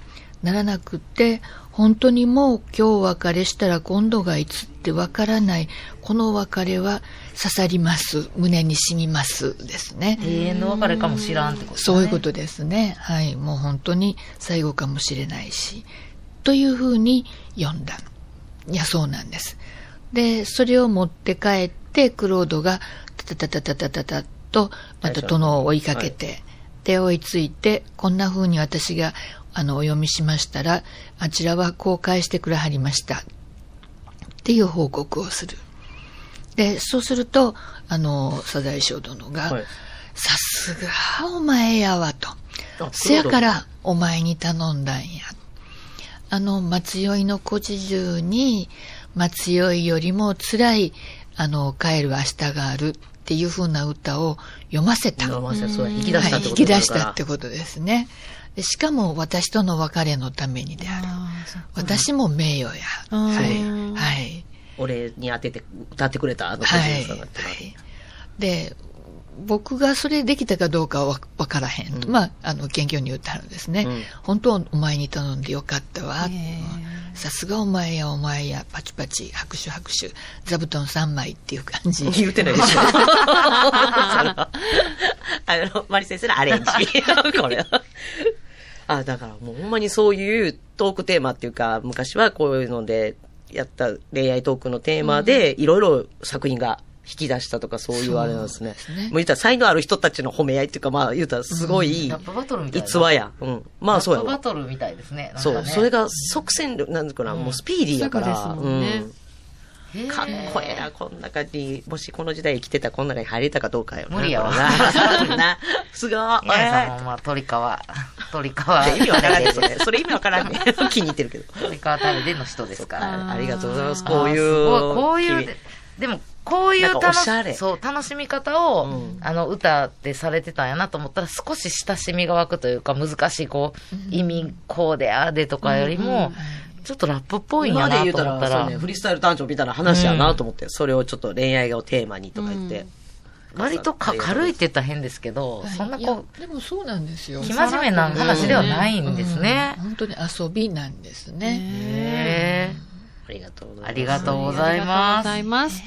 [SPEAKER 7] ならなくて、本当にもう今日別れしたら今度がいつってわからない。この別れは刺さります。胸に染みます。ですね。
[SPEAKER 4] 永遠の別れかもしらんってこと、ね。
[SPEAKER 7] そういうことですね。はい。もう本当に最後かもしれないし。というふうに読んだ。いや、そうなんです。で、それを持って帰って、クロードが、タタタタタタタと、また殿を追いかけて、で、追いついて、こんな風に私が、あの、お読みしましたら、あちらは公開してくれはりました。っていう報告をする。で、そうすると、あの、サザエ将殿が、
[SPEAKER 3] はい
[SPEAKER 7] さすがお前やわと。
[SPEAKER 3] あ
[SPEAKER 7] せやからお前に頼んだんや。あの、松酔いの小侍従に、松酔いよりも辛い、あの、帰る明日があるっていう風な歌を読ませた。
[SPEAKER 3] そういうことまあまあそうや引き出したっ
[SPEAKER 7] はい、
[SPEAKER 3] てこ
[SPEAKER 7] 引
[SPEAKER 3] とだ
[SPEAKER 7] き出
[SPEAKER 3] から
[SPEAKER 7] したってことですね。でしかも私との別れのためにである。
[SPEAKER 5] あーそう
[SPEAKER 7] 私も名誉や。
[SPEAKER 5] あ
[SPEAKER 7] は
[SPEAKER 5] ー
[SPEAKER 7] い。はい。
[SPEAKER 3] 俺に当てて歌ってくれたあの小次
[SPEAKER 7] はい
[SPEAKER 3] 郎さんがってなる。
[SPEAKER 7] で僕がそれできたかどうかはわからへんと、
[SPEAKER 3] うん
[SPEAKER 7] まあ、あの、研究に言ったるんですね、
[SPEAKER 3] うん
[SPEAKER 7] 本当はお前に頼んでよかったわ。
[SPEAKER 5] へえ
[SPEAKER 7] さすがお前やお前や、パチパチ、拍手拍手、座布団3枚っていう感じ。
[SPEAKER 3] 言ってない でしょ。あの、マリ先生のアレン ジ。これ。あ、だからもうほんまにそういうトークテーマっていうか、昔はこういうのでやった恋愛トークのテーマで、いろいろ作品が引き出したとかそういうあれなんですね。
[SPEAKER 7] そうですね
[SPEAKER 3] もう言ったら才能ある人たちの褒め合いっていうか、まあ言ったらすごい、
[SPEAKER 6] ラップバトルみたいな。
[SPEAKER 3] 逸話や。うん。まあそうや
[SPEAKER 6] ラップバ
[SPEAKER 3] わ。
[SPEAKER 6] トルみたいですね。なんか
[SPEAKER 3] そ
[SPEAKER 6] ね
[SPEAKER 3] う。それが即戦力、なんていうかな、もうスピーディーやから。
[SPEAKER 5] すぐですもんね
[SPEAKER 3] うん
[SPEAKER 6] へえ
[SPEAKER 3] かっこええな、こん中に、もしこの時代生きてたらこの中に入れたかどうかよな。
[SPEAKER 6] 無理やわ
[SPEAKER 3] これなそうな。 すごい。
[SPEAKER 6] 宮根さんも、まあ、鳥皮、 鳥皮、
[SPEAKER 3] 意味わからん ね、それ
[SPEAKER 6] 鳥。
[SPEAKER 3] それ意味わからんね。気に入ってるけど。
[SPEAKER 6] 皮食べての人ですから。
[SPEAKER 3] ありがとうございます。
[SPEAKER 6] あー
[SPEAKER 3] こうい
[SPEAKER 6] す
[SPEAKER 3] う。
[SPEAKER 6] ごいこういう
[SPEAKER 3] 君
[SPEAKER 6] で、でも、こういう
[SPEAKER 3] なん
[SPEAKER 6] 楽
[SPEAKER 3] かおしゃれ
[SPEAKER 6] しそう楽しみ方を、あの歌でされてたんやなと思ったら、少し親しみが湧くというか、難しいこう、意味、こうでああでとかよりも、ちょっとラップっぽいんや
[SPEAKER 3] 今で
[SPEAKER 6] な
[SPEAKER 3] 言
[SPEAKER 6] と
[SPEAKER 3] うた
[SPEAKER 6] 思っ
[SPEAKER 3] ら
[SPEAKER 6] た
[SPEAKER 3] そう
[SPEAKER 6] ら、
[SPEAKER 3] ね、フリースタイル男女みたいな話やなと思って、それをちょっと恋愛をテーマにとか言って。
[SPEAKER 6] 割とか軽いって言ったら変ですけど、そんない
[SPEAKER 7] や
[SPEAKER 6] こ
[SPEAKER 7] でもそうなんですよ
[SPEAKER 6] う、。生真面目な話ではないんですね
[SPEAKER 7] うん。本当に遊びなんですね。
[SPEAKER 6] へ
[SPEAKER 3] ありがとうござい
[SPEAKER 6] え
[SPEAKER 3] ます。
[SPEAKER 6] ありがとうご
[SPEAKER 5] あ
[SPEAKER 6] ざ
[SPEAKER 5] り
[SPEAKER 6] い
[SPEAKER 5] が
[SPEAKER 6] ま
[SPEAKER 5] とうござ
[SPEAKER 6] す
[SPEAKER 5] い。ます。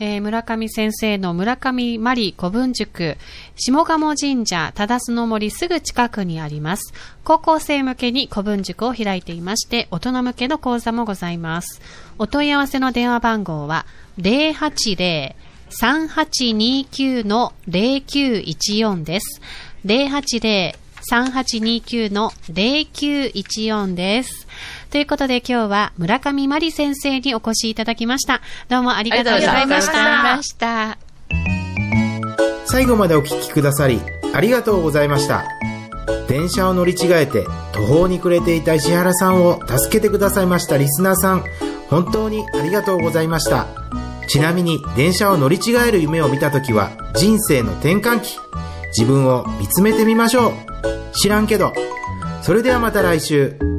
[SPEAKER 5] えー村上先生の村上マリ古文塾、下鴨神社、忠須の森すぐ近くにあります。高校生向けに古文塾を開いていまして、大人向けの講座もございます。お問い合わせの電話番号は、080-3829-0914です。080-3829-0914です。ということで今日は村上真理先生にお越しいただきました。どうもありがとうございまし
[SPEAKER 6] ありがとうございま
[SPEAKER 5] た
[SPEAKER 6] した。
[SPEAKER 7] した。
[SPEAKER 2] 最後までお聞きくださりありがとうございました電車を乗り違えて途方に暮れていた石原さんを助けてくださいましたリスナーさん本当にありがとうございましたちなみに電車を乗り違える夢を見た時は人生の転換期自分を見つめてみましょう知らんけどそれではまた来週